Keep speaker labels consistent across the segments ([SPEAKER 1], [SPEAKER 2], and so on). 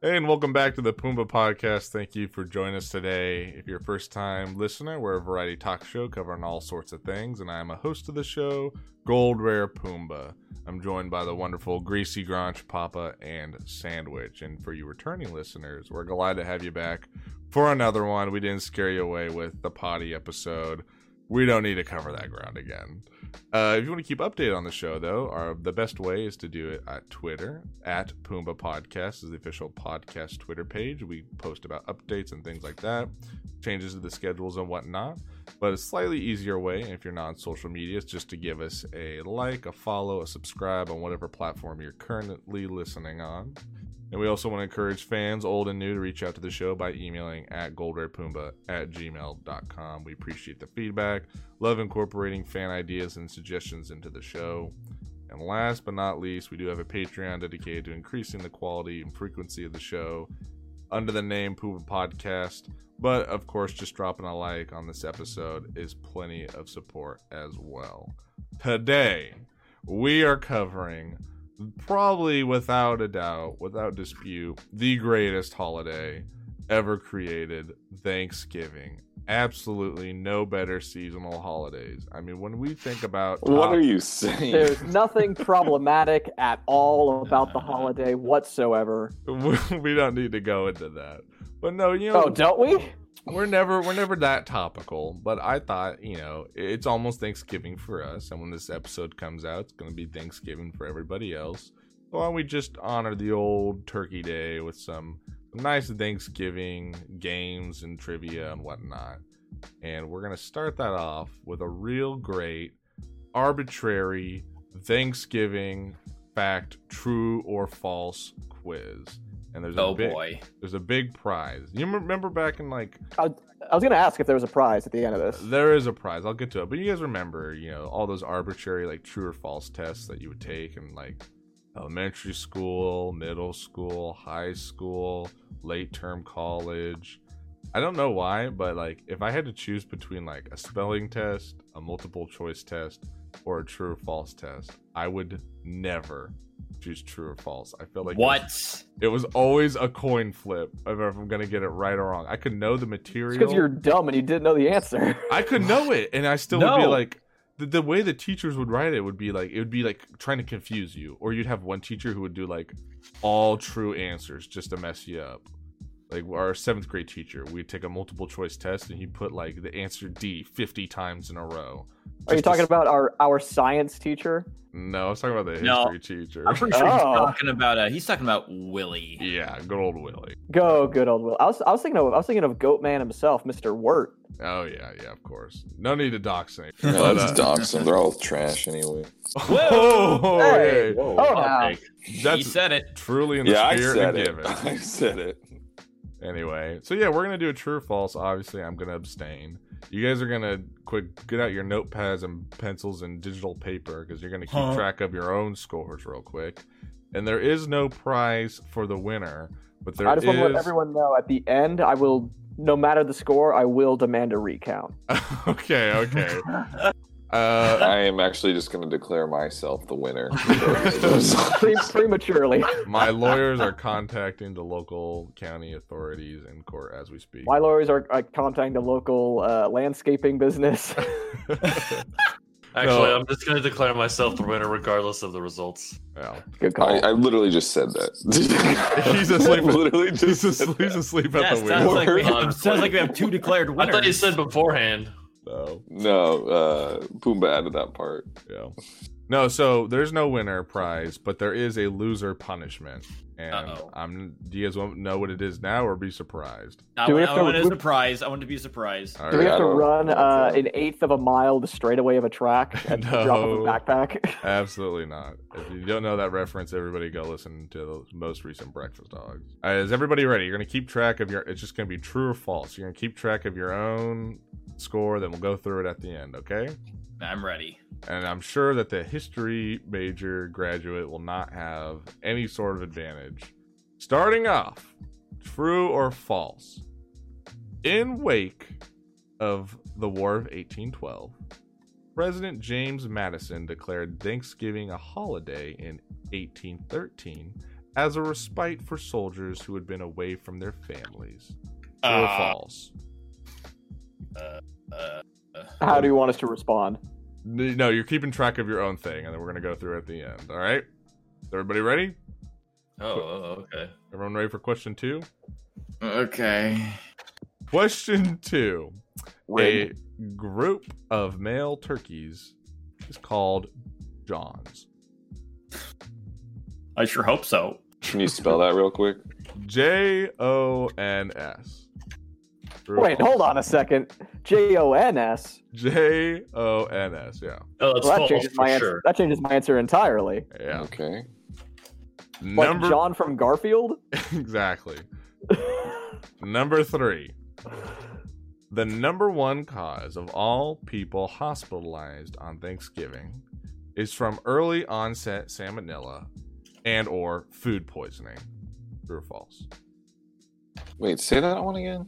[SPEAKER 1] Hey, and welcome back to the Pumbaa Podcast. Thank you for joining us today. If you're a first time listener, we're a variety talk show covering all sorts of things, and I'm a host of the show, Gold Rare Pumbaa. I'm joined by the wonderful Greasy Granch, Papa, and Sandwich. And for you returning listeners, we're glad to have you back for another one. We didn't scare you away with the potty episode. We don't need to cover that ground again. Uh, if you want to keep updated on the show, though, our, the best way is to do it at Twitter. At Pumbaa Podcast is the official podcast Twitter page. We post about updates and things like that, changes to the schedules and whatnot. But a slightly easier way, if you're not on social media, is just to give us a like, a follow, a subscribe on whatever platform you're currently listening on. And we also want to encourage fans, old and new, to reach out to the show by emailing at goldrarepumbaa at gmail.com. We appreciate the feedback, love incorporating fan ideas and suggestions into the show. And last but not least, we do have a Patreon dedicated to increasing the quality and frequency of the show under the name Poop Podcast. But of course, just dropping a like on this episode is plenty of support as well. Today, we are covering probably without a doubt, without dispute, the greatest holiday ever created Thanksgiving. Absolutely no better seasonal holidays. I mean, when we think about
[SPEAKER 2] What
[SPEAKER 1] top-
[SPEAKER 2] are you saying?
[SPEAKER 3] There's nothing problematic at all about the holiday whatsoever.
[SPEAKER 1] we don't need to go into that. But no, you know,
[SPEAKER 3] Oh, don't we?
[SPEAKER 1] we're never we're never that topical but i thought you know it's almost thanksgiving for us and when this episode comes out it's going to be thanksgiving for everybody else so why don't we just honor the old turkey day with some nice thanksgiving games and trivia and whatnot and we're going to start that off with a real great arbitrary thanksgiving fact true or false quiz and there's a
[SPEAKER 4] Oh
[SPEAKER 1] big,
[SPEAKER 4] boy.
[SPEAKER 1] there's a big prize you remember back in like
[SPEAKER 3] I was gonna ask if there was a prize at the end of this.
[SPEAKER 1] there is a prize. I'll get to it. But you guys remember, you know, all those arbitrary like true or false tests that you would take in like elementary school, middle school, high school, late term college. I don't know why, but like if I had to choose between like a spelling test, a multiple choice test, or a true or false test, I would never choose true or false. I feel like it
[SPEAKER 4] what?
[SPEAKER 1] was- It was always a coin flip of if I'm gonna get it right or wrong. I could know the material.
[SPEAKER 3] It's because you're dumb and you didn't know the answer.
[SPEAKER 1] I could know it, and I still would be
[SPEAKER 4] No.
[SPEAKER 1] like, the, the way the teachers would write it would be like, it would be like trying to confuse you, or you'd have one teacher who would do like all true answers just to mess you up. Like our seventh grade teacher, we'd take a multiple choice test, and he put like the answer D 50 times in a row.
[SPEAKER 3] Are
[SPEAKER 1] Just
[SPEAKER 3] you
[SPEAKER 1] to
[SPEAKER 3] talking
[SPEAKER 1] s-
[SPEAKER 3] about our our science teacher?
[SPEAKER 1] No, I was talking about the
[SPEAKER 4] No.
[SPEAKER 1] history teacher.
[SPEAKER 4] I'm pretty sure he's
[SPEAKER 3] Oh.
[SPEAKER 4] talking about uh he's talking about Willie.
[SPEAKER 1] yeah, good old Willie.
[SPEAKER 3] Go, good old Will. I was I was thinking of I was thinking of Goatman himself, Mr. Wirt.
[SPEAKER 1] Oh yeah, yeah, of course. No need to dox any.
[SPEAKER 2] No,
[SPEAKER 1] but,
[SPEAKER 2] it's
[SPEAKER 1] uh,
[SPEAKER 2] Dachshund. They're all trash anyway.
[SPEAKER 1] Whoa!
[SPEAKER 3] Hey,
[SPEAKER 1] hey,
[SPEAKER 3] Oh,
[SPEAKER 4] I'll
[SPEAKER 3] no.
[SPEAKER 4] take- he
[SPEAKER 1] That's
[SPEAKER 4] said it.
[SPEAKER 1] truly in the
[SPEAKER 2] Yeah, I
[SPEAKER 1] spirit
[SPEAKER 2] said
[SPEAKER 1] of
[SPEAKER 2] it.
[SPEAKER 1] giving.
[SPEAKER 2] I said it.
[SPEAKER 1] Anyway, so yeah, we're gonna do a true or false. Obviously, I'm gonna abstain. You guys are gonna quick get out your notepads and pencils and digital paper because you're gonna keep
[SPEAKER 4] Huh.
[SPEAKER 1] track of your own scores real quick. And there is no prize for the winner, but there
[SPEAKER 3] I just want to
[SPEAKER 1] is-
[SPEAKER 3] let everyone know at the end I will no matter the score, I will demand a recount.
[SPEAKER 1] okay, okay. uh,
[SPEAKER 2] I am actually just going to declare myself the winner.
[SPEAKER 3] Pre- prematurely.
[SPEAKER 1] my lawyers are contacting the local county authorities in court as we speak.
[SPEAKER 3] My lawyers are, are contacting the local uh, landscaping business.
[SPEAKER 5] Actually,
[SPEAKER 1] No.
[SPEAKER 5] I'm just gonna declare myself the winner regardless of the results.
[SPEAKER 1] Well,
[SPEAKER 3] Good
[SPEAKER 2] I,
[SPEAKER 3] call.
[SPEAKER 2] I literally just said that.
[SPEAKER 1] He's asleep.
[SPEAKER 2] literally just
[SPEAKER 1] he's,
[SPEAKER 2] said
[SPEAKER 1] asleep,
[SPEAKER 2] that.
[SPEAKER 1] he's asleep at
[SPEAKER 4] Yeah,
[SPEAKER 1] the
[SPEAKER 4] it sounds
[SPEAKER 1] wheel.
[SPEAKER 4] like we
[SPEAKER 5] Word.
[SPEAKER 4] have, sounds like we have two declared
[SPEAKER 5] I
[SPEAKER 4] winners.
[SPEAKER 5] thought you said beforehand.
[SPEAKER 1] so.
[SPEAKER 2] No, uh, Pumbaa added that part.
[SPEAKER 1] Yeah. No, so there's no winner prize, but there is a loser punishment. And
[SPEAKER 4] Uh-oh.
[SPEAKER 1] I'm do you guys want to know what it is now or be surprised?
[SPEAKER 4] I,
[SPEAKER 3] Do we
[SPEAKER 4] want,
[SPEAKER 3] have
[SPEAKER 4] I
[SPEAKER 3] to-
[SPEAKER 4] want a surprise. I want to be surprised.
[SPEAKER 1] All
[SPEAKER 3] Do we
[SPEAKER 1] right.
[SPEAKER 3] have to
[SPEAKER 2] I don't-
[SPEAKER 3] run
[SPEAKER 2] I don't
[SPEAKER 3] uh,
[SPEAKER 2] know.
[SPEAKER 3] an eighth of a mile the straightaway of a track and
[SPEAKER 1] No.
[SPEAKER 3] drop off a backpack?
[SPEAKER 1] Absolutely not. If you don't know that reference, everybody go listen to the most recent Breakfast Dogs. Uh, is everybody ready? You're going to keep track of your, it's just going to be true or false. You're going to keep track of your own score, then we'll go through it at the end, okay?
[SPEAKER 4] I'm ready.
[SPEAKER 1] and I'm sure that the history major graduate will not have any sort of advantage. Starting off, true or false? In wake of the War of 1812, President James Madison declared Thanksgiving a holiday in 1813 as a respite for soldiers who had been away from their families. True or
[SPEAKER 4] Uh,
[SPEAKER 1] false?
[SPEAKER 4] uh,
[SPEAKER 3] How do you want us to respond?
[SPEAKER 1] N- No, you're keeping track of your own thing, and then we're gonna go through it at the end. All right, Is everybody ready?
[SPEAKER 5] Oh, oh, okay.
[SPEAKER 1] Everyone ready for question two?
[SPEAKER 4] okay.
[SPEAKER 1] Question two:
[SPEAKER 2] Red.
[SPEAKER 1] A group of male turkeys is called Johns.
[SPEAKER 4] I sure hope so.
[SPEAKER 2] Can you spell that real quick?
[SPEAKER 1] J O N S.
[SPEAKER 3] Wait, hold on a second. J O N S.
[SPEAKER 1] J O N S. Yeah,
[SPEAKER 5] Oh, that's
[SPEAKER 3] Well, that
[SPEAKER 5] false
[SPEAKER 3] changes
[SPEAKER 5] for
[SPEAKER 3] my answer.
[SPEAKER 5] sure.
[SPEAKER 3] That changes my answer entirely.
[SPEAKER 1] yeah.
[SPEAKER 2] Okay.
[SPEAKER 3] Like
[SPEAKER 1] Number
[SPEAKER 3] John from Garfield.
[SPEAKER 1] exactly. Number three. The number one cause of all people hospitalized on Thanksgiving is from early onset salmonella and or food poisoning. True or false?
[SPEAKER 2] Wait, say that one again.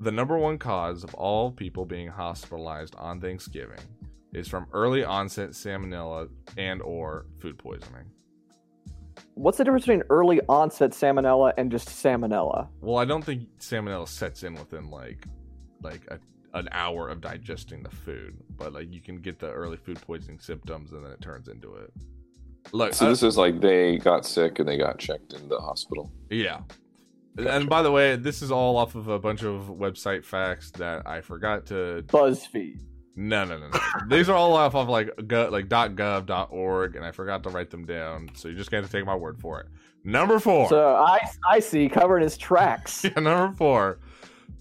[SPEAKER 1] The number one cause of all people being hospitalized on Thanksgiving is from early onset salmonella and or food poisoning.
[SPEAKER 3] What's the difference between early onset salmonella and just salmonella?
[SPEAKER 1] Well, I don't think salmonella sets in within like like a, an hour of digesting the food, but like you can get the early food poisoning symptoms and then it turns into it. Look, uh,
[SPEAKER 2] So
[SPEAKER 1] I-
[SPEAKER 2] this is like they got sick and they got checked into the hospital.
[SPEAKER 1] yeah. And by the way, this is all off of a bunch of website facts that I forgot to
[SPEAKER 3] BuzzFeed.
[SPEAKER 1] No, no, no, no. These are all off of like go, like .gov, .org, and I forgot to write them down. So you just got to take my word for it. Number four.
[SPEAKER 3] So I, I see covered in his tracks.
[SPEAKER 1] Yeah, number four.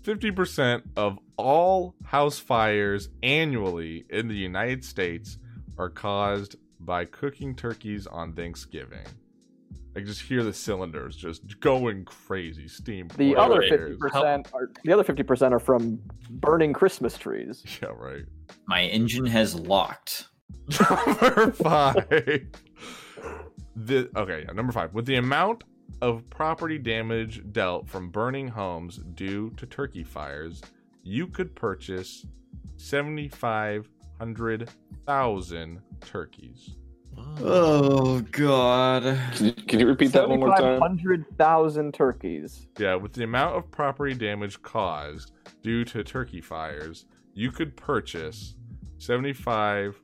[SPEAKER 1] Fifty percent of all house fires annually in the United States are caused by cooking turkeys on Thanksgiving. I just hear the cylinders just going crazy, steam.
[SPEAKER 3] The
[SPEAKER 1] pouring
[SPEAKER 3] other
[SPEAKER 1] out of
[SPEAKER 3] fifty
[SPEAKER 1] theirs.
[SPEAKER 3] percent are the other fifty percent are from burning Christmas trees.
[SPEAKER 1] Yeah, right.
[SPEAKER 4] My engine has locked.
[SPEAKER 1] Number five. The, okay, yeah, number five. With the amount of property damage dealt from burning homes due to turkey fires, you could purchase 7,500,000 turkeys.
[SPEAKER 5] Oh.
[SPEAKER 4] Oh God.
[SPEAKER 2] Can you, can you repeat that one more
[SPEAKER 3] Seventy-five
[SPEAKER 2] time?
[SPEAKER 3] hundred thousand turkeys.
[SPEAKER 1] Yeah, with the amount of property damage caused due to turkey fires, you could purchase 75.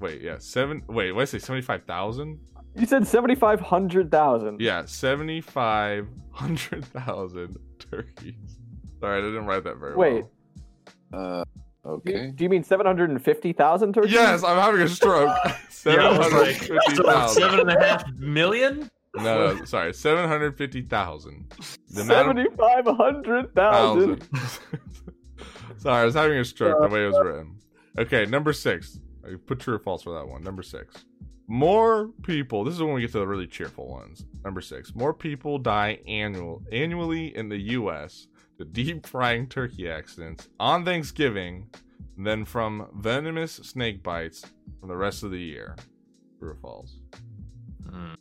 [SPEAKER 1] Wait, yeah, seven. Wait, what did I say? 75,000?
[SPEAKER 3] You said seventy-five hundred thousand.
[SPEAKER 1] Yeah, 7,500,000 turkeys. Sorry, I didn't write that very
[SPEAKER 3] Wait.
[SPEAKER 1] well.
[SPEAKER 2] Uh,
[SPEAKER 3] Do
[SPEAKER 2] okay.
[SPEAKER 3] you, do you mean seven hundred and fifty thousand turkeys?
[SPEAKER 1] Yes, I'm having a stroke.
[SPEAKER 5] Yeah, I was like,
[SPEAKER 1] 750,000.
[SPEAKER 5] seven and a half million?
[SPEAKER 1] no, no, sorry, 750,000. The amount of
[SPEAKER 3] Seventy-five hundred thousand.
[SPEAKER 1] thousand. sorry, I was having a stroke the way it was written. Okay, number six. I put true or false for that one. Number six. More people. This is when we get to the really cheerful ones. Number six. More people die annual annually in the U.S. to deep frying turkey accidents on Thanksgiving than from venomous snake bites from the rest of the year. True or false?
[SPEAKER 5] Hmm.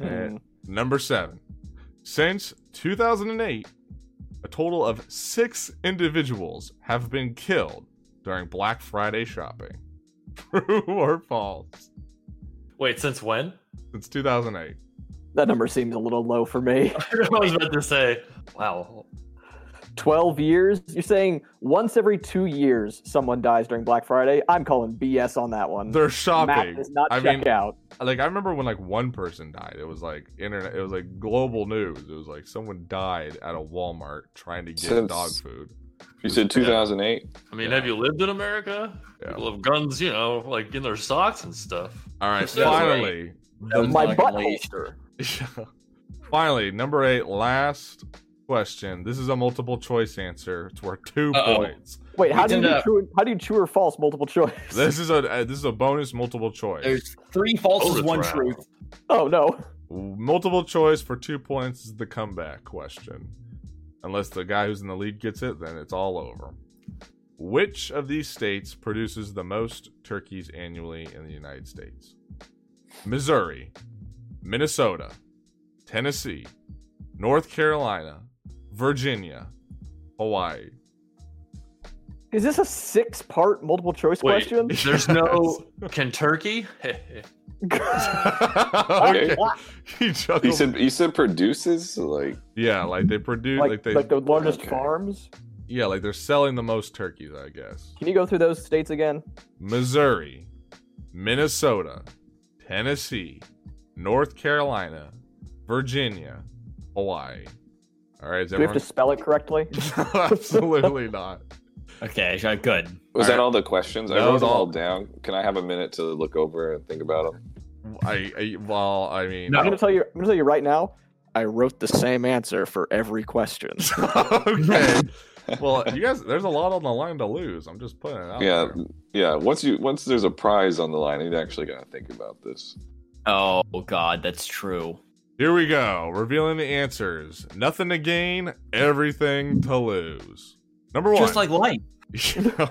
[SPEAKER 1] Eh, Number seven. Since 2008, a total of six individuals have been killed during Black Friday shopping. True or false?
[SPEAKER 5] Wait, since when?
[SPEAKER 1] Since 2008.
[SPEAKER 3] That number seems a little low for me.
[SPEAKER 5] I was about to say, wow.
[SPEAKER 3] Twelve years? You're saying once every two years someone dies during Black Friday? I'm calling BS on that one.
[SPEAKER 1] They're
[SPEAKER 3] Matt
[SPEAKER 1] shopping.
[SPEAKER 3] Um, does not
[SPEAKER 1] I
[SPEAKER 3] check
[SPEAKER 1] mean,
[SPEAKER 3] out.
[SPEAKER 1] like I remember when like one person died. It was like internet. It was like global news. It was like someone died at a Walmart trying to get
[SPEAKER 2] Since-
[SPEAKER 1] dog food.
[SPEAKER 2] You said 2008.
[SPEAKER 5] I mean, have you lived in America?
[SPEAKER 1] Yeah.
[SPEAKER 5] People have guns, you know, like in their socks and stuff.
[SPEAKER 1] All right,
[SPEAKER 4] That's right.
[SPEAKER 1] finally,
[SPEAKER 4] That was
[SPEAKER 3] My
[SPEAKER 4] like
[SPEAKER 3] butt
[SPEAKER 4] late.
[SPEAKER 3] holster.
[SPEAKER 1] Yeah. Finally, number eight, last question. This is a multiple choice answer. It's worth 2
[SPEAKER 4] Uh-oh.
[SPEAKER 1] points.
[SPEAKER 3] Wait, how
[SPEAKER 4] We
[SPEAKER 3] do you
[SPEAKER 4] did
[SPEAKER 3] do
[SPEAKER 4] a-
[SPEAKER 3] true? How do you true or false multiple choice?
[SPEAKER 1] uh, This is a uh, this is a bonus multiple choice.
[SPEAKER 4] There's three falses,
[SPEAKER 5] Bonus
[SPEAKER 4] one
[SPEAKER 5] round.
[SPEAKER 4] truth.
[SPEAKER 3] Oh no.
[SPEAKER 1] Multiple choice for two points is the comeback question. Unless the guy who's in the lead gets it, then it's all over. Which of these states produces the most turkeys annually in the United States? Missouri, Minnesota, Tennessee, North Carolina, Virginia, Hawaii.
[SPEAKER 3] Is this a six part multiple choice
[SPEAKER 5] Wait,
[SPEAKER 3] question?
[SPEAKER 5] there's no Kentucky.
[SPEAKER 1] okay.
[SPEAKER 3] Wow.
[SPEAKER 1] He
[SPEAKER 2] He
[SPEAKER 1] chuckled.
[SPEAKER 2] said he said produces like
[SPEAKER 1] yeah, like they produce, like,
[SPEAKER 3] like,
[SPEAKER 1] they,
[SPEAKER 3] like the largest
[SPEAKER 2] Okay.
[SPEAKER 3] farms.
[SPEAKER 1] yeah, like they're selling the most turkeys, I guess.
[SPEAKER 3] Can you go through those states again?
[SPEAKER 1] Missouri, Minnesota, Tennessee, North Carolina, Virginia, Hawaii. All right, is
[SPEAKER 3] Do we have
[SPEAKER 1] everyone?
[SPEAKER 3] to spell it correctly?
[SPEAKER 1] Absolutely not.
[SPEAKER 4] Okay, sh- good.
[SPEAKER 2] was
[SPEAKER 1] Alright.
[SPEAKER 2] that all the questions? I
[SPEAKER 1] That
[SPEAKER 2] wrote
[SPEAKER 1] was
[SPEAKER 2] them
[SPEAKER 1] all.
[SPEAKER 2] all down. Can I have a minute to look over and think about them?
[SPEAKER 1] I, I well, I mean,
[SPEAKER 3] I'm gonna tell you. I'm gonna tell you right now. I wrote the same answer for every question.
[SPEAKER 1] okay. Well, you guys, there's a lot on the line to lose. I'm just putting it out.
[SPEAKER 2] Yeah,
[SPEAKER 1] there.
[SPEAKER 2] yeah. Once you once there's a prize on the line, you actually got to think about this.
[SPEAKER 4] Oh God, that's true.
[SPEAKER 1] Here we go. Revealing the answers. Nothing to gain, everything to lose. Number one.
[SPEAKER 4] Just like life.
[SPEAKER 1] You know,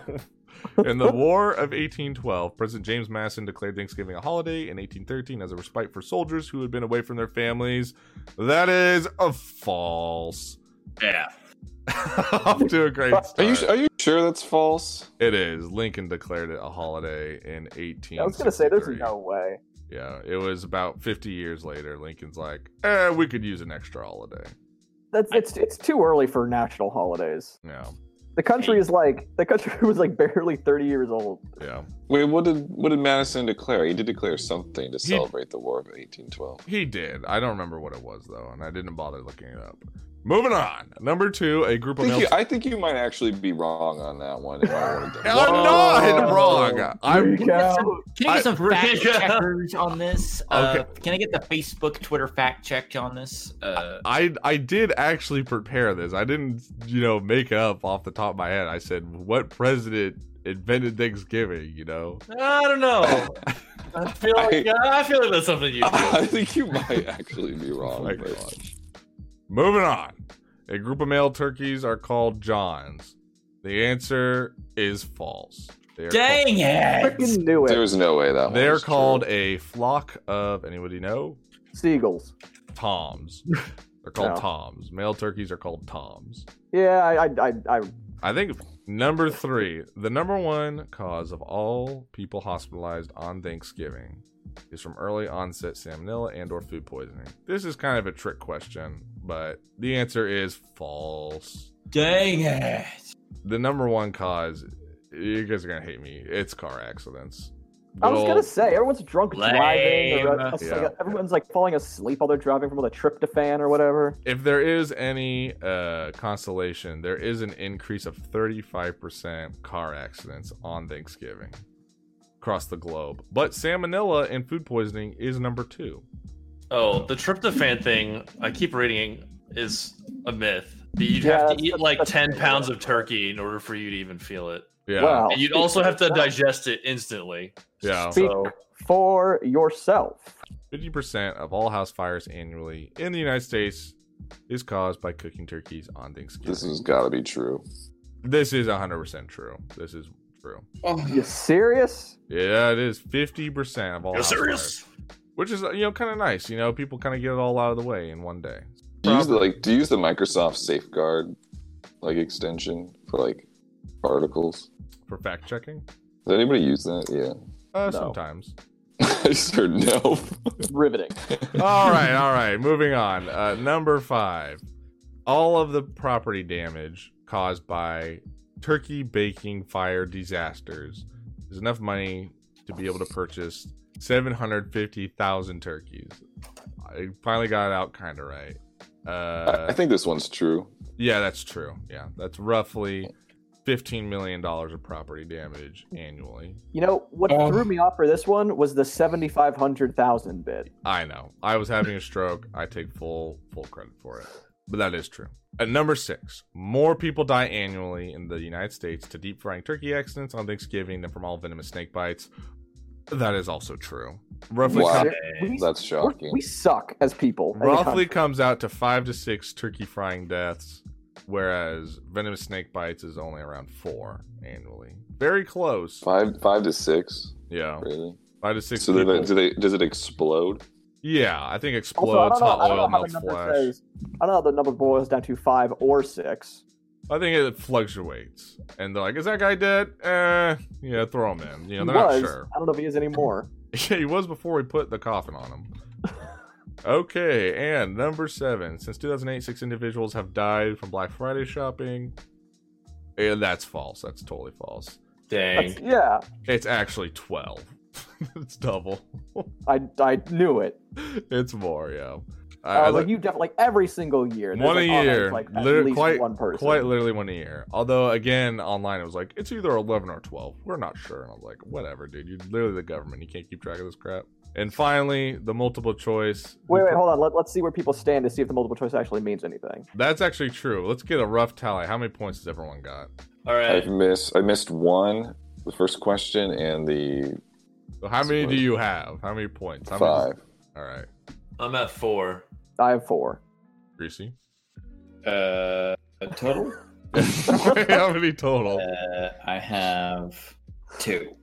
[SPEAKER 1] in the War of 1812, President James Madison declared Thanksgiving a holiday in 1813 as a respite for soldiers who had been away from their families. That is a false.
[SPEAKER 4] Yeah.
[SPEAKER 1] Off to a great start.
[SPEAKER 2] Are you are you sure that's false?
[SPEAKER 1] It is. Lincoln declared it a holiday in 18.
[SPEAKER 3] I was gonna say there's no way.
[SPEAKER 1] Yeah, it was about 50 years later. Lincoln's like, eh, we could use an extra holiday.
[SPEAKER 3] That's it's it's too early for national holidays.
[SPEAKER 1] Yeah,
[SPEAKER 3] The country is like the country was like barely 30 years old.
[SPEAKER 1] yeah.
[SPEAKER 2] Wait, what did what did Madison declare? He did declare something to celebrate the War of 1812.
[SPEAKER 1] He did. I don't remember what it was though, and I didn't bother looking it up. Moving on. Number two, a group
[SPEAKER 2] I
[SPEAKER 1] of male.
[SPEAKER 2] think, you, I think you might actually be wrong on that one. If I wanted to-
[SPEAKER 1] I'm not wrong. I'm
[SPEAKER 3] Freak out.
[SPEAKER 4] Can I get
[SPEAKER 1] I-
[SPEAKER 4] some fact
[SPEAKER 5] Yeah.
[SPEAKER 4] checkers on this? Uh, Can I get the Facebook, Twitter fact checked on this? Uh,
[SPEAKER 1] I I did actually prepare this. I didn't, you know, make it up off the top of my head. I said, "What president invented Thanksgiving?" You know,
[SPEAKER 5] I don't know. I feel like I feel like that's something you do.
[SPEAKER 2] I think you might actually be wrong.
[SPEAKER 1] Oh My
[SPEAKER 2] but-
[SPEAKER 1] God. Moving on. A group of male turkeys are called Johns. The answer is false. They are
[SPEAKER 4] dang it!
[SPEAKER 3] Freaking knew it.
[SPEAKER 2] There's no way that
[SPEAKER 1] Called,
[SPEAKER 2] one
[SPEAKER 1] they're
[SPEAKER 2] is true.
[SPEAKER 1] called a flock of anybody know?
[SPEAKER 3] Seagulls.
[SPEAKER 1] Toms. They're called
[SPEAKER 3] No.
[SPEAKER 1] toms. Male turkeys are called toms.
[SPEAKER 3] Yeah, I I I, I
[SPEAKER 1] I think number three, the number one cause of all people hospitalized on Thanksgiving is from early onset salmonella and or food poisoning. This is kind of a trick question, but the answer is false.
[SPEAKER 4] Dang it!
[SPEAKER 1] The number one cause, you guys are gonna hate me. It's car accidents.
[SPEAKER 3] I was
[SPEAKER 1] Well,
[SPEAKER 3] gonna say everyone's drunk driving. Or, uh,
[SPEAKER 4] Lame.
[SPEAKER 1] Yeah.
[SPEAKER 3] Everyone's like falling asleep while they're driving from all the tryptophan or whatever.
[SPEAKER 1] if there is any uh, consolation, there is an increase of 35% car accidents on Thanksgiving across the globe. But salmonella and food poisoning is number two.
[SPEAKER 5] Oh, the tryptophan thing I keep reading is a myth. That You'd
[SPEAKER 3] Yeah,
[SPEAKER 5] have
[SPEAKER 3] that's-
[SPEAKER 5] to eat like
[SPEAKER 3] that's-
[SPEAKER 5] ten pounds of turkey in order for you to even feel it.
[SPEAKER 1] Yeah.
[SPEAKER 3] Wow.
[SPEAKER 5] And you'd also have to digest it instantly.
[SPEAKER 1] Yeah.
[SPEAKER 3] Speak
[SPEAKER 5] So
[SPEAKER 3] for yourself.
[SPEAKER 1] 50% of all house fires annually in the United States is caused by cooking turkeys on Thanksgiving.
[SPEAKER 2] This has got to be true.
[SPEAKER 1] this is 100% true. This is true.
[SPEAKER 3] You serious?
[SPEAKER 1] Yeah, it is 50% of all
[SPEAKER 5] you're
[SPEAKER 1] house fires.
[SPEAKER 5] serious.
[SPEAKER 1] Which is, you know, kind of nice. You know, people kind of get it all out of the way in one day.
[SPEAKER 2] Do you use the, like do you use the Microsoft Safeguard like extension for like articles?
[SPEAKER 1] For fact checking?
[SPEAKER 2] Does anybody use that? Yeah.
[SPEAKER 1] Uh,
[SPEAKER 3] No.
[SPEAKER 1] Sometimes.
[SPEAKER 2] I just heard no.
[SPEAKER 3] Riveting.
[SPEAKER 1] all right, all right. Moving on. Uh, number five. All of the property damage caused by turkey baking fire disasters is enough money to be able to purchase 750,000 turkeys. I finally got it out kind of right.
[SPEAKER 2] I, I
[SPEAKER 1] Uh,
[SPEAKER 2] think this one's true.
[SPEAKER 1] yeah, that's true. Yeah, that's roughly $15 million of property damage annually.
[SPEAKER 3] You know what
[SPEAKER 4] Oh.
[SPEAKER 3] threw me off for this one was the seventy five hundred thousand bid.
[SPEAKER 1] I know. I was having a stroke. I take full full credit for it. But that is true. At number six, more people die annually in the United States to deep frying turkey accidents on Thanksgiving than from all venomous snake bites. That is also true. Roughly,
[SPEAKER 2] Wow.
[SPEAKER 1] com-
[SPEAKER 3] We,
[SPEAKER 2] That's
[SPEAKER 3] we-
[SPEAKER 2] shocking.
[SPEAKER 3] we suck as people. as a
[SPEAKER 1] roughly
[SPEAKER 3] country.
[SPEAKER 1] comes out to five to six turkey frying deaths, whereas venomous snake bites is only around four annually. Very close.
[SPEAKER 2] Five five to six,
[SPEAKER 1] Yeah,
[SPEAKER 2] really.
[SPEAKER 1] five to six.
[SPEAKER 2] So do they,
[SPEAKER 1] people.
[SPEAKER 2] do they does it explode?
[SPEAKER 1] yeah, I think
[SPEAKER 3] Also, I
[SPEAKER 1] explodes.
[SPEAKER 3] don't know,
[SPEAKER 1] hot
[SPEAKER 3] I don't
[SPEAKER 1] oil
[SPEAKER 3] know how the
[SPEAKER 1] melts
[SPEAKER 3] number
[SPEAKER 1] flesh.
[SPEAKER 3] says. I don't know how the number boils down to five or six.
[SPEAKER 1] I think it fluctuates, and they're like, "Is that guy dead?" Eh, yeah, throw him in. You know,
[SPEAKER 3] he
[SPEAKER 1] they're
[SPEAKER 3] was.
[SPEAKER 1] not sure.
[SPEAKER 3] I don't know if he is anymore.
[SPEAKER 1] Yeah, he was before we put the coffin on him. okay, and number seven. Since 2008, six individuals have died from Black Friday shopping. And that's false. That's totally false.
[SPEAKER 5] Dang.
[SPEAKER 3] That's- yeah,
[SPEAKER 1] It's actually 12. it's double.
[SPEAKER 3] I, I knew it.
[SPEAKER 1] It's more, yeah. I,
[SPEAKER 3] Uh,
[SPEAKER 1] I
[SPEAKER 3] like
[SPEAKER 1] look-
[SPEAKER 3] you def- like every single year. there's,
[SPEAKER 1] One a
[SPEAKER 3] like, online,
[SPEAKER 1] year.
[SPEAKER 3] like at
[SPEAKER 1] Lit-
[SPEAKER 3] least
[SPEAKER 1] quite-
[SPEAKER 3] one person.
[SPEAKER 1] quite literally one a year. Although, again, online it was like, it's either 11 or 12. We're not sure. And I was like, whatever, dude. You're literally the government. You can't keep track of this crap. And finally, the multiple choice.
[SPEAKER 3] Wait, wait, hold on. Let, let's see where people stand to see if the multiple choice actually means anything.
[SPEAKER 1] That's actually true. Let's get a rough tally. How many points has everyone got?
[SPEAKER 5] All right.
[SPEAKER 2] I've missed. I missed one, the first question, and the
[SPEAKER 1] So how many do
[SPEAKER 2] Sweet.
[SPEAKER 1] you have? How many points? How
[SPEAKER 2] five.
[SPEAKER 1] Many... All right,
[SPEAKER 5] I'm at four.
[SPEAKER 3] I have four.
[SPEAKER 1] Greasy.
[SPEAKER 6] Uh, a total?
[SPEAKER 1] how many total?
[SPEAKER 6] Uh, I have two.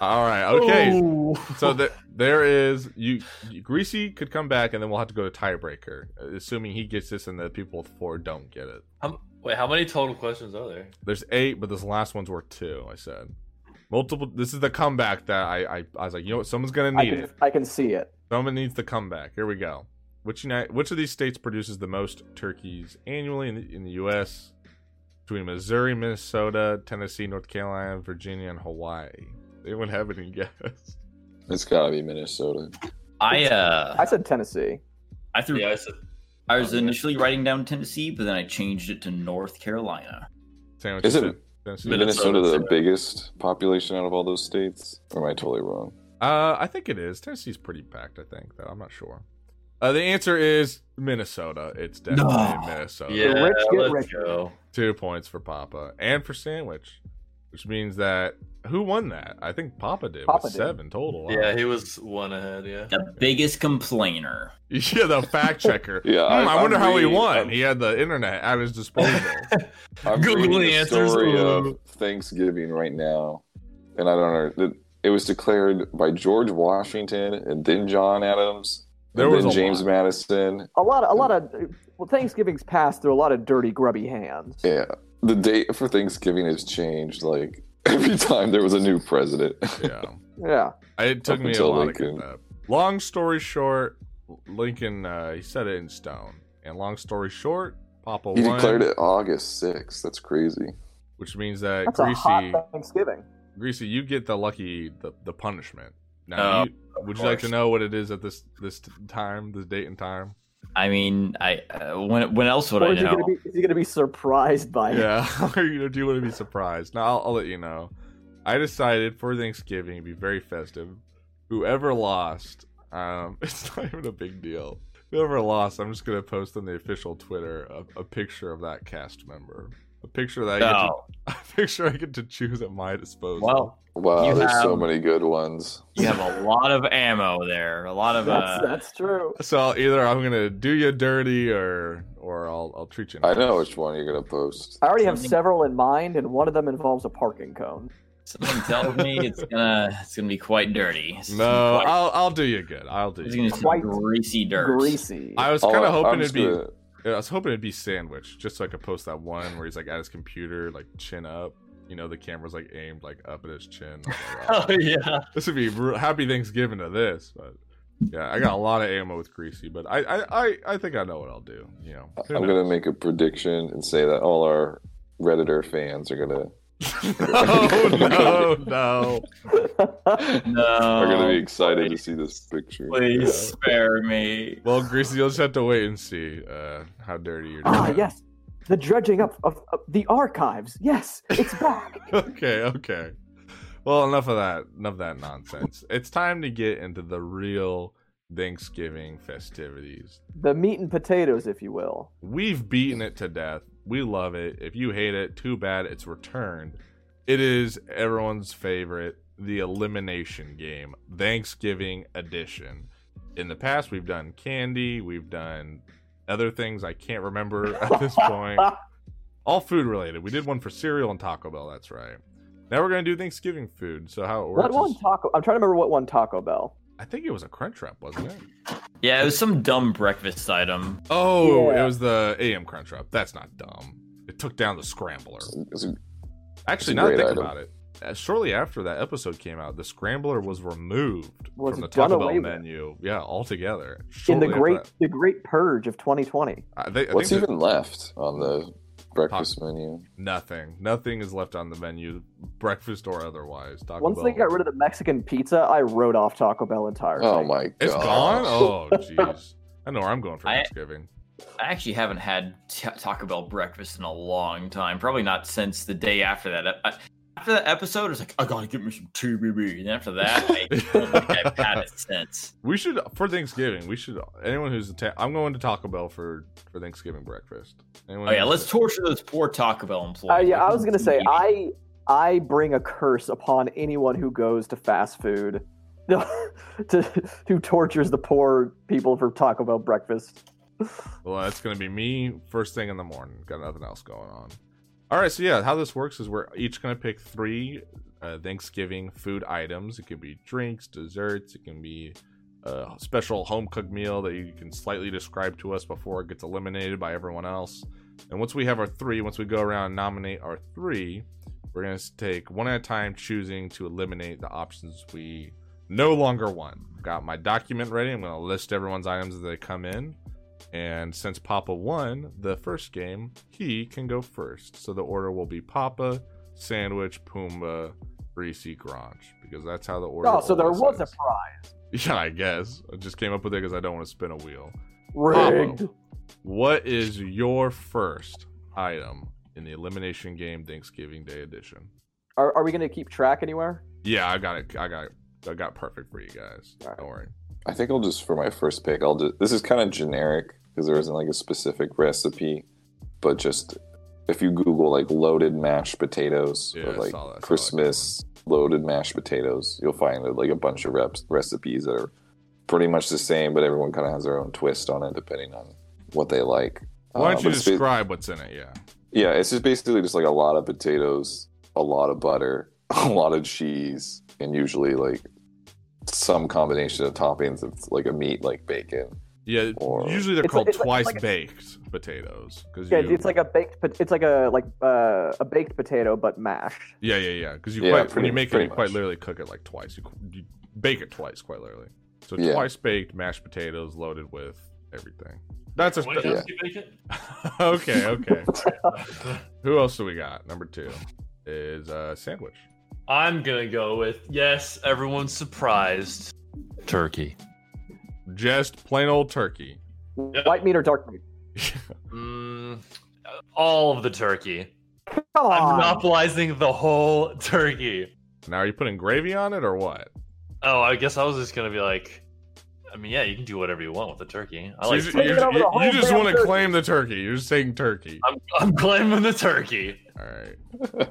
[SPEAKER 1] All right. Okay.
[SPEAKER 4] Ooh.
[SPEAKER 1] So th- there is you, you- Greasy could come back, and then we'll have to go to tiebreaker, assuming he gets this and the people with four don't get it.
[SPEAKER 5] How, wait, how many total questions are there?
[SPEAKER 1] There's eight, but this last one's worth two. I said multiple. This is the comeback that I I, I was like, you know what? Someone's gonna
[SPEAKER 3] I
[SPEAKER 1] need
[SPEAKER 3] can,
[SPEAKER 1] it.
[SPEAKER 3] I can see it.
[SPEAKER 1] Someone needs the comeback. Here we go. Which United, which of these states produces the most turkeys annually in the, in the U.S. between Missouri, Minnesota, Tennessee, North Carolina, Virginia, and Hawaii? Anyone have any guess?
[SPEAKER 2] It's gotta be Minnesota.
[SPEAKER 6] I uh,
[SPEAKER 3] I said Tennessee.
[SPEAKER 6] I threw.
[SPEAKER 5] Yeah, I said
[SPEAKER 6] I was initially writing down Tennessee, but then I changed it to North Carolina.
[SPEAKER 1] Sandwich
[SPEAKER 2] Is it
[SPEAKER 1] Tennessee?
[SPEAKER 5] Minnesota.
[SPEAKER 2] Minnesota the
[SPEAKER 5] Minnesota.
[SPEAKER 2] biggest population out of all those states? Or am I totally wrong?
[SPEAKER 1] Uh, I think it is. Tennessee's pretty packed. I think though. I'm not sure. Uh, the answer is Minnesota. It's definitely
[SPEAKER 6] No.
[SPEAKER 1] Minnesota.
[SPEAKER 5] yeah.
[SPEAKER 3] rich get
[SPEAKER 5] let's
[SPEAKER 3] richer.
[SPEAKER 5] go.
[SPEAKER 1] Two points for Papa and for Sandwich, which means that who won that? I think Papa did.
[SPEAKER 3] Papa
[SPEAKER 1] with
[SPEAKER 3] did.
[SPEAKER 1] seven total. Wow.
[SPEAKER 5] Yeah, he was one ahead. Yeah.
[SPEAKER 6] The biggest complainer.
[SPEAKER 1] Yeah, the fact checker.
[SPEAKER 2] Yeah,
[SPEAKER 1] Hmm, I,
[SPEAKER 2] I'm
[SPEAKER 1] wonder how he
[SPEAKER 2] reading-
[SPEAKER 1] won.
[SPEAKER 2] I'm-
[SPEAKER 1] he had the internet at his disposal.
[SPEAKER 2] I'm
[SPEAKER 5] Googling
[SPEAKER 2] reading the
[SPEAKER 5] answers.
[SPEAKER 2] story
[SPEAKER 5] Ooh.
[SPEAKER 2] of Thanksgiving right now, and I don't know. It, it was declared by George Washington, and then John Adams,
[SPEAKER 1] There
[SPEAKER 2] and
[SPEAKER 1] was
[SPEAKER 2] then
[SPEAKER 1] a
[SPEAKER 2] James
[SPEAKER 1] lot.
[SPEAKER 2] Madison.
[SPEAKER 3] A lot of, a lot of, well, Thanksgiving's passed through a lot of dirty, grubby hands.
[SPEAKER 2] Yeah, the date for Thanksgiving has changed like every time there was a new president.
[SPEAKER 1] yeah,
[SPEAKER 3] Yeah.
[SPEAKER 1] it took
[SPEAKER 2] Up
[SPEAKER 1] me a
[SPEAKER 2] until
[SPEAKER 1] while to
[SPEAKER 2] Lincoln.
[SPEAKER 1] get that. Long story short, Lincoln uh, he set it in stone. And long story short, Papa
[SPEAKER 2] he
[SPEAKER 1] won,
[SPEAKER 2] declared it August sixth. That's crazy.
[SPEAKER 1] which means that
[SPEAKER 3] That's a
[SPEAKER 1] Greasy,
[SPEAKER 3] hot Thanksgiving.
[SPEAKER 1] Greasy, you get the lucky the, the punishment. Now,
[SPEAKER 6] Oh,
[SPEAKER 1] you, would you like to
[SPEAKER 6] course.
[SPEAKER 1] know what it is at this this time, this date and time?
[SPEAKER 6] I mean, I uh, when when else would
[SPEAKER 3] or
[SPEAKER 6] I
[SPEAKER 3] is he, gonna
[SPEAKER 6] know?
[SPEAKER 3] be, is he gonna be surprised by it?
[SPEAKER 1] Yeah, or you know, do you want to be surprised? Now I'll, I'll let you know. I decided for Thanksgiving to be very festive. Whoever lost, um, it's not even a big deal. Whoever lost, I'm just gonna post on the official Twitter a, a picture of that cast member, a picture that I get
[SPEAKER 6] Oh,
[SPEAKER 1] to, a picture I get to choose at my disposal.
[SPEAKER 6] well,
[SPEAKER 2] Wow,
[SPEAKER 6] You
[SPEAKER 2] there's so
[SPEAKER 6] have-
[SPEAKER 2] many good ones.
[SPEAKER 6] you have a lot of ammo there. A lot of
[SPEAKER 3] That's,
[SPEAKER 6] uh,
[SPEAKER 3] that's true.
[SPEAKER 1] so either I'm gonna do you dirty, or or I'll I'll treat you.
[SPEAKER 2] I
[SPEAKER 1] Nice.
[SPEAKER 2] know which one you're gonna post.
[SPEAKER 3] I already have
[SPEAKER 6] Something-
[SPEAKER 3] several in mind, and one of them involves a parking cone.
[SPEAKER 6] something tells me it's gonna it's gonna be quite dirty. It's
[SPEAKER 1] No,
[SPEAKER 6] gonna be quite-
[SPEAKER 1] I'll I'll do you good. I'll do
[SPEAKER 6] it's
[SPEAKER 1] you.
[SPEAKER 6] gonna
[SPEAKER 1] Good.
[SPEAKER 6] be
[SPEAKER 3] Quite
[SPEAKER 6] some greasy dirt.
[SPEAKER 3] Greasy.
[SPEAKER 1] I was kind
[SPEAKER 2] All-
[SPEAKER 1] of
[SPEAKER 2] I'm
[SPEAKER 1] hoping
[SPEAKER 2] just
[SPEAKER 1] it'd be
[SPEAKER 2] gonna-
[SPEAKER 1] Yeah, I was hoping it'd be sandwich, just so I could post that one where he's like at his computer, like chin up. You know, the camera's like aimed like up at his chin. I'm
[SPEAKER 5] Oh
[SPEAKER 1] like, "Oh,
[SPEAKER 5] yeah.
[SPEAKER 1] this would be real- happy Thanksgiving to this, but yeah, I got a lot of ammo with greasy, but I I I, I think I know what I'll do. You know, Who
[SPEAKER 2] I'm gonna make a prediction and say that all our Redditor fans are gonna
[SPEAKER 1] knows? oh, no, no, no.
[SPEAKER 6] No,
[SPEAKER 2] are gonna be excited to see this picture.
[SPEAKER 6] please spare me.
[SPEAKER 1] Well, greasy, you'll just have to wait and see uh, how dirty you're.
[SPEAKER 3] ah,
[SPEAKER 1] doing.
[SPEAKER 3] yes. The dredging up of, of the archives. Yes, it's back.
[SPEAKER 1] okay, okay. Well, enough of that. Enough of that nonsense. It's time to get into the real Thanksgiving festivities.
[SPEAKER 3] the meat and potatoes, if you will.
[SPEAKER 1] We've beaten it to death. We love it. If you hate it, too bad it's returned. It is everyone's favorite, the elimination game, Thanksgiving edition. In the past, we've done candy, we've done other things I can't remember at this point. All food related. We did one for cereal and Taco Bell, that's right. Now we're going to do Thanksgiving food. So, how it works.
[SPEAKER 3] What one
[SPEAKER 1] is-
[SPEAKER 3] taco? I'm trying to remember what one Taco Bell.
[SPEAKER 1] I think it was a Crunch Wrap, wasn't it?
[SPEAKER 6] Yeah, it was some dumb breakfast item.
[SPEAKER 1] Oh,
[SPEAKER 3] Yeah.
[SPEAKER 1] it was the AM Crunch Wrap. That's not dumb. It took down the Scrambler.
[SPEAKER 2] It's a-
[SPEAKER 1] Actually,
[SPEAKER 2] a
[SPEAKER 1] now that I
[SPEAKER 2] great
[SPEAKER 1] think
[SPEAKER 2] item.
[SPEAKER 1] about it, uh, shortly after that episode came out, the Scrambler was removed
[SPEAKER 3] Was
[SPEAKER 1] from the
[SPEAKER 3] done
[SPEAKER 1] Taco
[SPEAKER 3] away
[SPEAKER 1] Bell
[SPEAKER 3] with.
[SPEAKER 1] menu. Yeah, altogether.
[SPEAKER 3] in
[SPEAKER 1] Shortly
[SPEAKER 3] the
[SPEAKER 1] after
[SPEAKER 3] great
[SPEAKER 1] that.
[SPEAKER 3] the great purge of 2020.
[SPEAKER 1] I, thi- I
[SPEAKER 2] What's
[SPEAKER 1] think that
[SPEAKER 2] even left on the breakfast menu?
[SPEAKER 1] nothing. Nothing is left on the menu, breakfast or otherwise. Taco
[SPEAKER 3] Once they
[SPEAKER 1] Bell-
[SPEAKER 3] got rid of the Mexican pizza, I wrote off Taco Bell entirely.
[SPEAKER 2] Oh my god.
[SPEAKER 1] It's gone? Oh, jeez. I know where I'm going for
[SPEAKER 6] I-
[SPEAKER 1] Thanksgiving.
[SPEAKER 6] I actually haven't had t- Taco Bell breakfast in a long time. Probably not since the day after that. I- after that episode, I was like, I gotta get me some TBB. And after that, I don't think I've had it since.
[SPEAKER 1] We should for Thanksgiving. We should anyone who's atta- I'm going to Taco Bell for for Thanksgiving breakfast. Anyone
[SPEAKER 6] Oh yeah,
[SPEAKER 1] who's-
[SPEAKER 6] let's torture those poor Taco Bell employees.
[SPEAKER 3] Uh, yeah, I
[SPEAKER 6] Like,
[SPEAKER 3] was gonna say
[SPEAKER 6] eating.
[SPEAKER 3] I I bring a curse upon anyone who goes to fast food, to who tortures the poor people for Taco Bell breakfast.
[SPEAKER 1] Well, that's gonna be me first thing in the morning. Got nothing else going on. All right, so yeah, how this works is we're each gonna pick three uh, Thanksgiving food items. It could be drinks, desserts. It can be a special home cooked meal that you can slightly describe to us before it gets eliminated by everyone else. And once we have our three, once we go around and nominate our three, we're gonna take one at a time, choosing to eliminate the options we no longer want. Got my document ready. I'm gonna list everyone's items as they come in. And since Papa won the first game, he can go first. So the order will be Papa, Sandwich, Puma, Reese, Grange, because that's how the order.
[SPEAKER 3] Oh, so there
[SPEAKER 1] always
[SPEAKER 3] was a
[SPEAKER 1] is.
[SPEAKER 3] prize
[SPEAKER 1] Yeah, I guess. I just came up with it because I don't want to spin a wheel.
[SPEAKER 2] Oh.
[SPEAKER 3] rigged.
[SPEAKER 1] What is your first item in the elimination game Thanksgiving Day edition?
[SPEAKER 3] Are, are we gonna keep track anywhere?
[SPEAKER 1] Yeah, I got it. I got it. I got perfect for you guys.
[SPEAKER 3] All right.
[SPEAKER 1] Don't worry.
[SPEAKER 2] I think I'll just for my first pick. I'll do. This is kind of generic because there isn't like a specific recipe, but just if you Google like loaded mashed potatoes
[SPEAKER 1] Yeah, I
[SPEAKER 2] or
[SPEAKER 1] saw that- I
[SPEAKER 2] like
[SPEAKER 1] saw that
[SPEAKER 2] Christmas loaded mashed potatoes, you'll find like a bunch of reps, recipes that are pretty much the same, but everyone kind of has their own twist on it depending on what they like.
[SPEAKER 1] Why
[SPEAKER 2] Uh,
[SPEAKER 1] don't
[SPEAKER 2] but
[SPEAKER 1] you
[SPEAKER 2] it's ba-
[SPEAKER 1] describe what's in it? Yeah.
[SPEAKER 2] yeah, it's just basically just like a lot of potatoes, a lot of butter, a lot of cheese, and usually like some combination of toppings of like a meat like bacon.
[SPEAKER 1] Yeah.
[SPEAKER 2] Or-
[SPEAKER 1] Usually they're
[SPEAKER 3] It's like-
[SPEAKER 1] called
[SPEAKER 3] it's like-
[SPEAKER 1] twice
[SPEAKER 3] it's like a-
[SPEAKER 1] baked potatoes. Cause
[SPEAKER 3] Yeah,
[SPEAKER 1] you,
[SPEAKER 3] it's like a baked. pot- It's like a like uh, a baked potato but mashed.
[SPEAKER 1] Yeah, yeah, yeah. Because you
[SPEAKER 2] Yeah,
[SPEAKER 1] quite, when
[SPEAKER 2] pretty-
[SPEAKER 1] you make it,
[SPEAKER 2] pretty
[SPEAKER 1] you quite
[SPEAKER 2] much.
[SPEAKER 1] literally cook it like twice. You, you bake it twice, quite literally. So
[SPEAKER 2] Yeah.
[SPEAKER 1] twice baked mashed potatoes loaded with everything. That's a
[SPEAKER 5] What
[SPEAKER 2] Yeah.
[SPEAKER 5] else do you make it?
[SPEAKER 1] okay, okay. Who else do we got? Number two is uh, sandwich.
[SPEAKER 5] I'm gonna go with yes. Everyone's surprised. Turkey.
[SPEAKER 1] Just plain old turkey.
[SPEAKER 5] Yeah.
[SPEAKER 3] White meat or dark meat?
[SPEAKER 5] Mm, all of the turkey.
[SPEAKER 3] Come
[SPEAKER 5] I'm
[SPEAKER 3] on.
[SPEAKER 5] monopolizing the whole turkey.
[SPEAKER 1] Now, are you putting gravy on it or what?
[SPEAKER 5] Oh, I guess I was just gonna be like, I mean, yeah, you can do whatever you want with the turkey. I
[SPEAKER 1] So
[SPEAKER 5] like.
[SPEAKER 1] you,
[SPEAKER 3] Take
[SPEAKER 1] you-
[SPEAKER 3] it over the
[SPEAKER 1] you-
[SPEAKER 3] whole
[SPEAKER 1] you just
[SPEAKER 3] damn
[SPEAKER 1] want to
[SPEAKER 3] turkey.
[SPEAKER 1] claim the turkey. You're just saying turkey.
[SPEAKER 5] I'm, I'm claiming the turkey.
[SPEAKER 1] All right.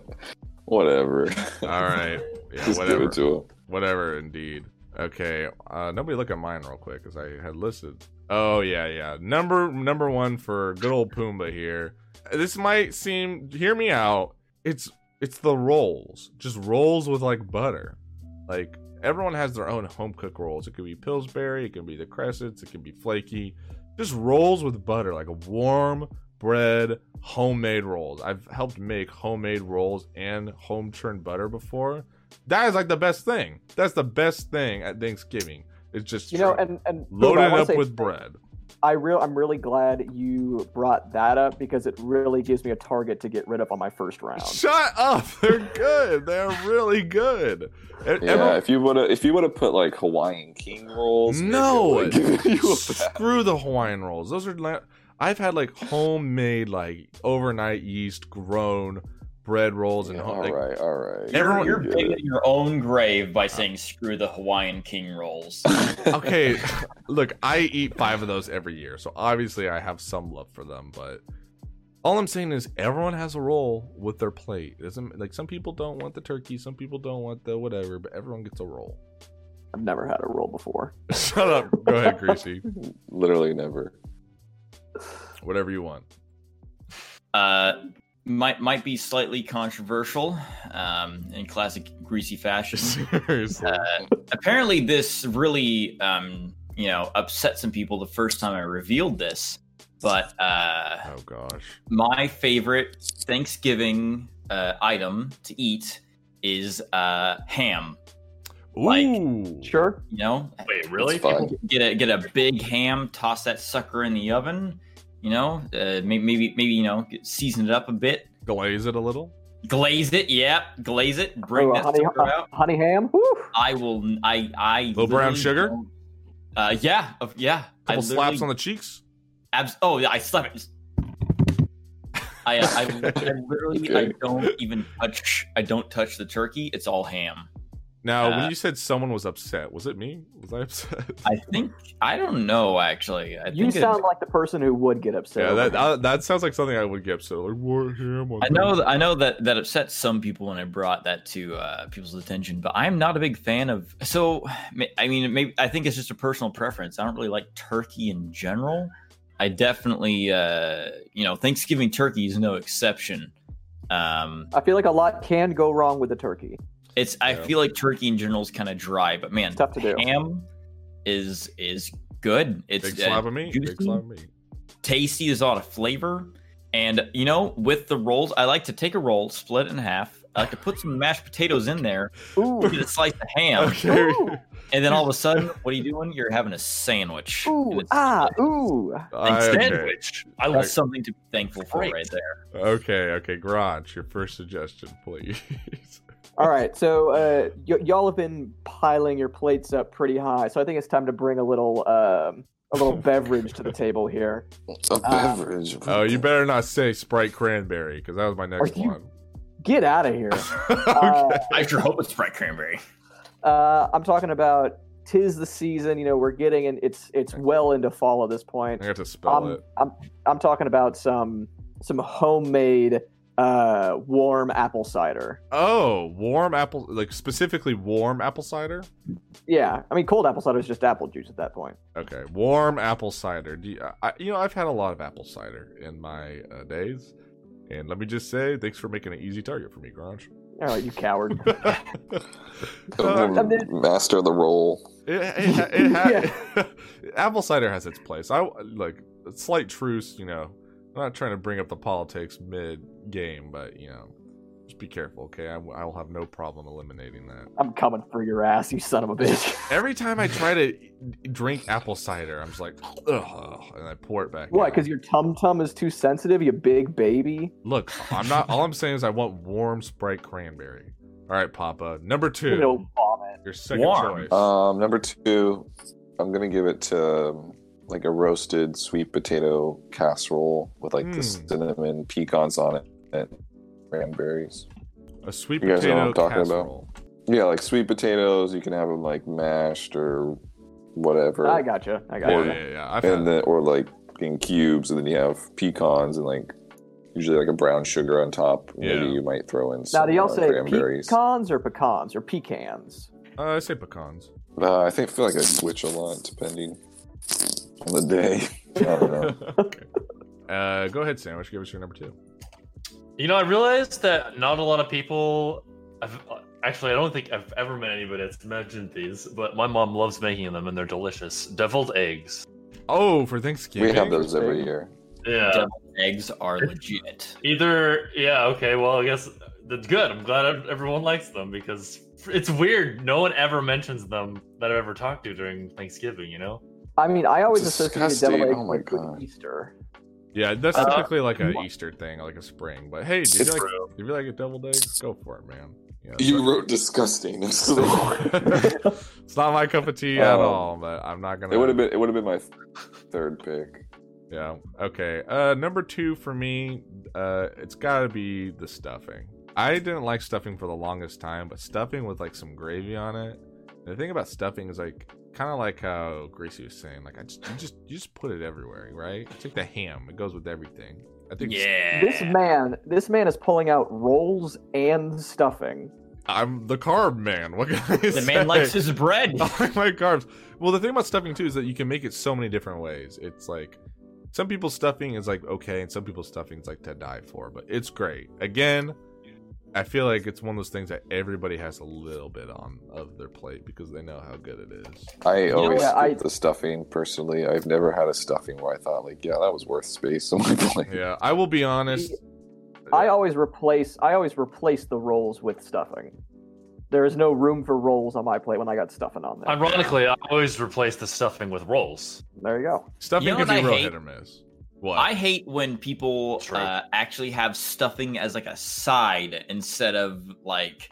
[SPEAKER 2] Whatever.
[SPEAKER 1] All right. Yeah,
[SPEAKER 2] just give
[SPEAKER 1] whatever.
[SPEAKER 2] it to him.
[SPEAKER 1] Whatever, indeed. Okay, uh, nobody look at mine real quick because I had listed. Oh yeah, yeah. Number number one for good old Pumbaa here. This might seem. Hear me out. It's it's the rolls, just rolls with like butter. Like everyone has their own home cook rolls. It could be Pillsbury, it could be the Cressets, it could be flaky. Just rolls with butter, like warm bread, homemade rolls. I've helped make homemade rolls and home churned butter before. That is like the best thing. That's the best thing at Thanksgiving. It's just
[SPEAKER 3] you know,
[SPEAKER 1] tr-
[SPEAKER 3] and and Bill,
[SPEAKER 1] loaded
[SPEAKER 3] I wanna
[SPEAKER 1] up
[SPEAKER 3] say-
[SPEAKER 1] with bread.
[SPEAKER 3] I real I'm really glad you brought that up because it really gives me a target to get rid of on my first round.
[SPEAKER 1] Shut up. They're good. They're really good. E-
[SPEAKER 2] Yeah,
[SPEAKER 1] everyone-
[SPEAKER 2] if you would have if you would have put like Hawaiian King rolls, maybe
[SPEAKER 1] No.
[SPEAKER 2] I would've given you a pass.
[SPEAKER 1] Screw the Hawaiian rolls. Those are la- I've had like homemade like overnight yeast grown bread rolls and
[SPEAKER 2] Yeah,
[SPEAKER 1] home-
[SPEAKER 2] all
[SPEAKER 1] like,
[SPEAKER 2] right, all right.
[SPEAKER 1] Everyone-
[SPEAKER 6] You're
[SPEAKER 2] Yeah.
[SPEAKER 6] digging your own grave by saying "screw the Hawaiian King rolls."
[SPEAKER 1] okay, look, I eat five of those every year, so obviously I have some love for them. But all I'm saying is, everyone has a role with their plate. It doesn't like some people don't want the turkey, some people don't want the whatever, but everyone gets a roll.
[SPEAKER 3] I've never had a roll before.
[SPEAKER 1] Shut up. Go ahead, Greasy.
[SPEAKER 2] Literally never.
[SPEAKER 1] Whatever you want.
[SPEAKER 6] uh, might might be slightly controversial um, in classic greasy fashion.
[SPEAKER 1] Seriously.
[SPEAKER 6] Apparently, this really um, you know upset some people the first time I revealed this. But uh,
[SPEAKER 1] Oh gosh.
[SPEAKER 6] my favorite Thanksgiving uh, item to eat is uh, ham.
[SPEAKER 1] Ooh.
[SPEAKER 6] Like-
[SPEAKER 3] Sure.
[SPEAKER 6] You know,
[SPEAKER 5] Wait, really?
[SPEAKER 2] It's fun.
[SPEAKER 5] People-
[SPEAKER 6] get a get a big ham, toss that sucker in the oven. You know, uh, maybe, maybe maybe you know get- season it up a bit,
[SPEAKER 1] Glaze it a little.
[SPEAKER 6] glaze it. Yep, glaze it. Bring
[SPEAKER 3] Oh,
[SPEAKER 6] that
[SPEAKER 3] honey,
[SPEAKER 6] sucker out.
[SPEAKER 3] honey ham. Woo.
[SPEAKER 6] I will. I I
[SPEAKER 1] Little brown
[SPEAKER 6] literally
[SPEAKER 1] sugar?
[SPEAKER 6] don't- Uh, yeah, of- yeah. I
[SPEAKER 1] Couple slaps
[SPEAKER 6] literally-
[SPEAKER 1] on the cheeks.
[SPEAKER 6] Abs- oh, yeah, I slap it. I, uh, I, I literally I
[SPEAKER 2] Okay.
[SPEAKER 6] don't even touch I don't touch the turkey. It's all ham.
[SPEAKER 1] Now,
[SPEAKER 6] Uh,
[SPEAKER 1] when you said someone was upset, was it me? Was I upset?
[SPEAKER 6] I think I don't know actually. I
[SPEAKER 3] You
[SPEAKER 6] think it-
[SPEAKER 3] sound like the person who would get upset.
[SPEAKER 1] yeah,
[SPEAKER 3] over
[SPEAKER 1] that
[SPEAKER 3] it.
[SPEAKER 1] uh, that sounds like something I would get upset. Like what ham? on
[SPEAKER 6] I know
[SPEAKER 1] Thanksgiving?"
[SPEAKER 6] I know that that upset some people when I brought that to uh, people's attention, but I'm not a big fan of. So ma- I mean, maybe I think it's just a personal preference. I don't really like turkey in general. I definitely, uh, you know, Thanksgiving turkey is no exception. Um,
[SPEAKER 3] I feel like a lot can go wrong with the turkey.
[SPEAKER 6] It's I
[SPEAKER 1] Yeah.
[SPEAKER 6] feel like turkey in general is kind of dry, but man,
[SPEAKER 3] It's tough to do.
[SPEAKER 6] ham is is good. It's
[SPEAKER 1] Big
[SPEAKER 6] uh,
[SPEAKER 1] slab of meat. Big
[SPEAKER 6] juicy.
[SPEAKER 1] slab of meat.
[SPEAKER 6] tasty. There's a lot of flavor, and you know, with the rolls, I like to take a roll, split it in half. I like to put some mashed potatoes in there,
[SPEAKER 3] Ooh,
[SPEAKER 6] get a slice of ham,
[SPEAKER 1] Okay.
[SPEAKER 3] Ooh.
[SPEAKER 6] and then all of a sudden, what are you doing? You're having a sandwich. And
[SPEAKER 3] ooh,
[SPEAKER 6] it's-
[SPEAKER 3] ah, ooh.
[SPEAKER 1] I- okay.
[SPEAKER 5] Sandwich. I like
[SPEAKER 6] That's something to be thankful for,
[SPEAKER 5] Great.
[SPEAKER 6] right there.
[SPEAKER 1] okay, okay, Garage, your first suggestion, please.
[SPEAKER 3] All right, so uh, y- y'all have been piling your plates up pretty high, so I think it's time to bring a little um, a little beverage to the table here.
[SPEAKER 2] A
[SPEAKER 3] Ah.
[SPEAKER 2] beverage.
[SPEAKER 1] Oh, you better not say Sprite Cranberry because that was my next
[SPEAKER 3] you-
[SPEAKER 1] one.
[SPEAKER 3] Get out of here.
[SPEAKER 1] okay.
[SPEAKER 3] Uh,
[SPEAKER 6] I sure hope it's bright cranberry.
[SPEAKER 3] uh, I'm talking about tis the season. You know, we're getting and it's it's well into fall at this point.
[SPEAKER 1] I have to spell
[SPEAKER 6] um,
[SPEAKER 3] I'm,
[SPEAKER 1] it.
[SPEAKER 3] I'm I'm talking about some some homemade uh, warm apple cider.
[SPEAKER 1] Oh, warm apple, like specifically warm apple cider.
[SPEAKER 3] Yeah, I mean cold apple cider is just apple juice at that point.
[SPEAKER 1] Okay, warm apple cider. Do you, I, you know, I've had a lot of apple cider in my uh, days, and let me just say, thanks for making an easy target for me, Garage.
[SPEAKER 3] All right, you coward.
[SPEAKER 1] Uh,
[SPEAKER 3] and then-
[SPEAKER 2] master of the role.
[SPEAKER 1] It, it, it ha- apple cider has its place. I like a slight truce. You know, I'm not trying to bring up the politics mid game, but you know, just be careful, okay? I, w- I will have no problem eliminating that.
[SPEAKER 3] I'm coming for your ass, you son of a bitch.
[SPEAKER 1] Every time I try to drink apple cider, I'm just like, ugh, and I pour it back.
[SPEAKER 3] What?
[SPEAKER 1] in.
[SPEAKER 3] Because your tum tum is too sensitive, you big baby.
[SPEAKER 1] look, I'm not. All I'm saying is I want warm Sprite cranberry. All right, Papa. Number
[SPEAKER 3] You
[SPEAKER 1] two,
[SPEAKER 3] know, vomit.
[SPEAKER 1] your second
[SPEAKER 6] Warm.
[SPEAKER 1] choice.
[SPEAKER 2] Um, number two, I'm gonna give it to um, like a roasted sweet potato casserole with like
[SPEAKER 3] Hmm.
[SPEAKER 2] the
[SPEAKER 1] Mm.
[SPEAKER 2] cinnamon pecans on it and cranberries.
[SPEAKER 1] a sweet
[SPEAKER 2] you guys know what
[SPEAKER 1] potato
[SPEAKER 2] I'm talking about?
[SPEAKER 1] casserole.
[SPEAKER 2] Yeah, like sweet potatoes. You can have them like mashed or whatever,
[SPEAKER 3] I gotcha. I
[SPEAKER 1] Yeah,
[SPEAKER 3] gotcha.
[SPEAKER 1] yeah, yeah. I've had
[SPEAKER 2] and then or like in cubes, and then you have pecans and like usually like a brown sugar on top. Maybe
[SPEAKER 1] Yeah.
[SPEAKER 2] you might throw in
[SPEAKER 3] Now,
[SPEAKER 2] some
[SPEAKER 3] do y'all
[SPEAKER 2] uh,
[SPEAKER 3] say
[SPEAKER 2] cranberries.
[SPEAKER 3] pecans or pecans or pecans?
[SPEAKER 1] Uh, I say pecans.
[SPEAKER 2] Uh, I think feel like I switch a lot depending on the day. I don't know.
[SPEAKER 1] okay. Uh, go ahead, sandwich. Give us your number two.
[SPEAKER 5] You know, I realized that not a lot of people. I've, actually, I don't think I've ever met anybody that's mentioned these, but my mom loves making them and they're delicious. Deviled eggs.
[SPEAKER 1] Oh, for
[SPEAKER 2] we
[SPEAKER 1] Thanksgiving.
[SPEAKER 2] have those every year.
[SPEAKER 5] Yeah.
[SPEAKER 6] Eggs are legit.
[SPEAKER 5] Either, yeah, okay, well, I guess that's good. I'm glad ev- everyone likes them because it's weird. No one ever mentions them that I've ever talked to during Thanksgiving, you know?
[SPEAKER 3] I mean, I always associate
[SPEAKER 2] Disgusting.
[SPEAKER 3] devil eggs
[SPEAKER 2] Oh my
[SPEAKER 3] with, with
[SPEAKER 2] God.
[SPEAKER 3] Easter.
[SPEAKER 1] Yeah, that's
[SPEAKER 5] Uh,
[SPEAKER 1] typically like a Easter thing, like a spring. But hey, did you
[SPEAKER 2] mm. It's
[SPEAKER 1] like
[SPEAKER 5] true.
[SPEAKER 1] did you like a deviled egg? Go for it, man. Yeah,
[SPEAKER 2] You wrote disgusting. It's the word.
[SPEAKER 1] it's not my cup of tea at
[SPEAKER 2] Um,
[SPEAKER 1] all, but I'm not gonna.
[SPEAKER 2] it would have been. It would have been my third pick.
[SPEAKER 1] Yeah. Okay. Uh, number two for me, uh, it's got to be the stuffing. I didn't like stuffing for the longest time, but stuffing with like some gravy on it. The thing about stuffing is like kind of like how Gracie was saying, like I just you just you just put it everywhere, right? It's like the ham; it goes with everything. I think.
[SPEAKER 6] Yeah.
[SPEAKER 3] This man, this man is pulling out rolls and stuffing.
[SPEAKER 1] I'm the carb man. What can I
[SPEAKER 6] the man likes his bread.
[SPEAKER 1] I like my carbs. Well, the thing about stuffing too is that you can make it so many different ways. It's like some people's stuffing is like okay, and some people's stuffing is like to die for, but it's great. Again, I feel like it's one of those things that everybody has a little bit on of their plate because they know how good it is.
[SPEAKER 2] I always
[SPEAKER 3] what?
[SPEAKER 2] skip
[SPEAKER 3] I-
[SPEAKER 2] the stuffing personally. I've never had a stuffing where I thought like, yeah, that was worth space on my plate.
[SPEAKER 1] Yeah, I will be honest.
[SPEAKER 3] I always replace I always replace the rolls with stuffing. There is no room for rolls on my plate when I got stuffing on there.
[SPEAKER 5] Ironically, I always replace the stuffing with rolls.
[SPEAKER 3] There you go.
[SPEAKER 1] Stuffing
[SPEAKER 6] You know
[SPEAKER 1] can be
[SPEAKER 6] what I
[SPEAKER 1] real
[SPEAKER 6] hate?
[SPEAKER 1] hit or miss. What?
[SPEAKER 6] I hate when people
[SPEAKER 5] True.
[SPEAKER 6] uh, actually have stuffing as like a side instead of like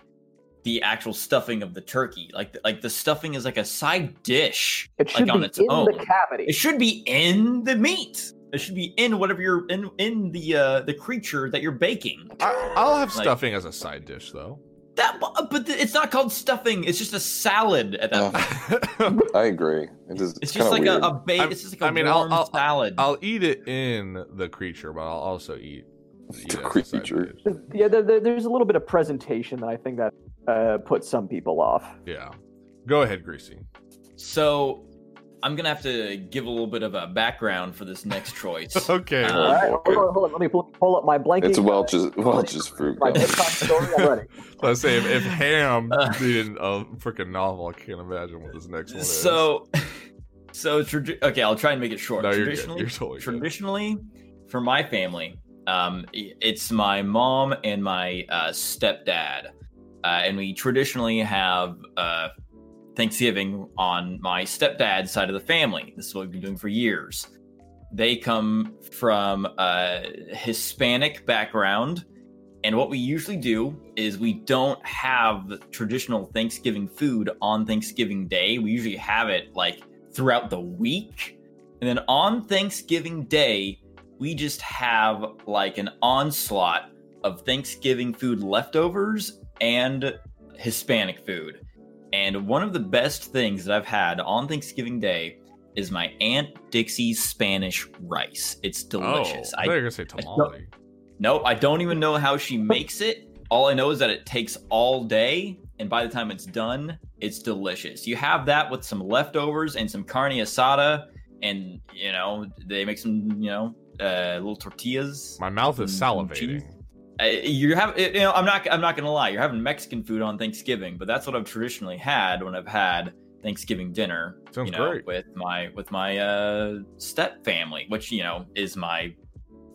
[SPEAKER 6] the actual stuffing of the turkey. Like like the stuffing is like a side dish.
[SPEAKER 3] It should
[SPEAKER 6] Like on
[SPEAKER 3] be
[SPEAKER 6] its
[SPEAKER 3] in
[SPEAKER 6] own.
[SPEAKER 3] the cavity.
[SPEAKER 6] It should be in the meat. It should be in whatever you're in in the uh, the creature that you're baking.
[SPEAKER 1] I, I'll have
[SPEAKER 6] Like-
[SPEAKER 1] stuffing as a side dish though.
[SPEAKER 6] That uh, but th- it's not called stuffing. It's just a salad at that.
[SPEAKER 2] Yeah.
[SPEAKER 6] point.
[SPEAKER 2] I agree. It is,
[SPEAKER 6] It's
[SPEAKER 2] it's
[SPEAKER 6] just
[SPEAKER 2] kind of
[SPEAKER 6] like
[SPEAKER 2] weird.
[SPEAKER 6] a, a ba-
[SPEAKER 1] I'm-
[SPEAKER 6] It's just like a
[SPEAKER 1] I mean, I'll-
[SPEAKER 6] warm
[SPEAKER 1] I'll-
[SPEAKER 6] salad.
[SPEAKER 1] I'll eat it in the creature, but I'll also eat eat it as
[SPEAKER 2] The
[SPEAKER 1] a side
[SPEAKER 2] creature.
[SPEAKER 1] dish.
[SPEAKER 3] yeah, there, there- there's a little bit of presentation that I think that uh, puts some people off.
[SPEAKER 1] Yeah. Go ahead, Greasy.
[SPEAKER 6] so I'm gonna have to give a little bit of a background for this next choice.
[SPEAKER 1] Okay.
[SPEAKER 6] Uh,
[SPEAKER 3] All
[SPEAKER 2] Oh,
[SPEAKER 3] right,
[SPEAKER 2] boy.
[SPEAKER 3] hold on, hold on. Let me pull, pull up my blanket.
[SPEAKER 2] It's Welch's Welch's fruit.
[SPEAKER 3] My
[SPEAKER 2] gum.
[SPEAKER 3] bedtime story. I'm ready.
[SPEAKER 1] Let's say if, if Ham
[SPEAKER 6] Uh.
[SPEAKER 1] needed a freaking novel, I can't imagine what this next one is.
[SPEAKER 6] so so tradi- okay i'll try and make it short
[SPEAKER 1] no, you're good.
[SPEAKER 6] traditionally
[SPEAKER 1] You're totally good.
[SPEAKER 6] traditionally for my family um i- it's my mom and my uh stepdad uh, and we traditionally have uh thanksgiving on my stepdad's side of the family this is what we've been doing for years they come from a hispanic background and what we usually do is we don't have the traditional Thanksgiving food on Thanksgiving Day. We usually have it like throughout the week. And then on Thanksgiving Day, we just have like an onslaught of Thanksgiving food leftovers and Hispanic food. And one of the best things that I've had on Thanksgiving Day is my Aunt Dixie's Spanish rice. It's delicious.
[SPEAKER 1] Oh, I
[SPEAKER 6] I
[SPEAKER 1] thought you were gonna say tamale.
[SPEAKER 6] Nope, I don't even know how she makes it. All I know is that it takes all day, and by the time it's done, it's delicious. You have that with some leftovers and some carne asada, and you know they make some you know uh, little tortillas.
[SPEAKER 1] My mouth is
[SPEAKER 6] Mm, cheese.
[SPEAKER 1] salivating.
[SPEAKER 6] Uh, you have you know I'm not I'm not gonna lie, you're having Mexican food on Thanksgiving, but that's what I've traditionally had when I've had Thanksgiving dinner
[SPEAKER 1] Sounds
[SPEAKER 6] you know,
[SPEAKER 1] great.
[SPEAKER 6] with my with my uh, step family, which you know is my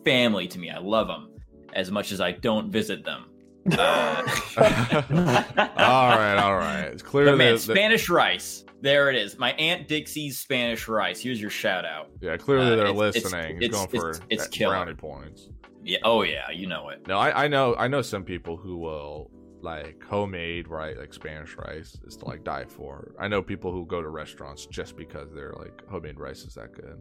[SPEAKER 6] family to me. I love them as much as I don't visit them. Uh,
[SPEAKER 1] all right, all right. It's clear
[SPEAKER 6] But
[SPEAKER 1] Ah, that,
[SPEAKER 6] man,
[SPEAKER 1] that-
[SPEAKER 6] Spanish rice. There it is. My aunt Dixie's Spanish rice. Here's your shout out.
[SPEAKER 1] yeah, clearly
[SPEAKER 6] uh,
[SPEAKER 1] they're
[SPEAKER 6] it's- it's-
[SPEAKER 1] listening. It's,
[SPEAKER 6] it's-
[SPEAKER 1] going for
[SPEAKER 6] it's- it's
[SPEAKER 1] that
[SPEAKER 6] killer.
[SPEAKER 1] brownie points.
[SPEAKER 6] Yeah. Oh yeah, you know it.
[SPEAKER 1] No, I, I know I know some people who will like homemade right like Spanish rice is to like die for. I know people who go to restaurants just because they're like homemade rice is that good.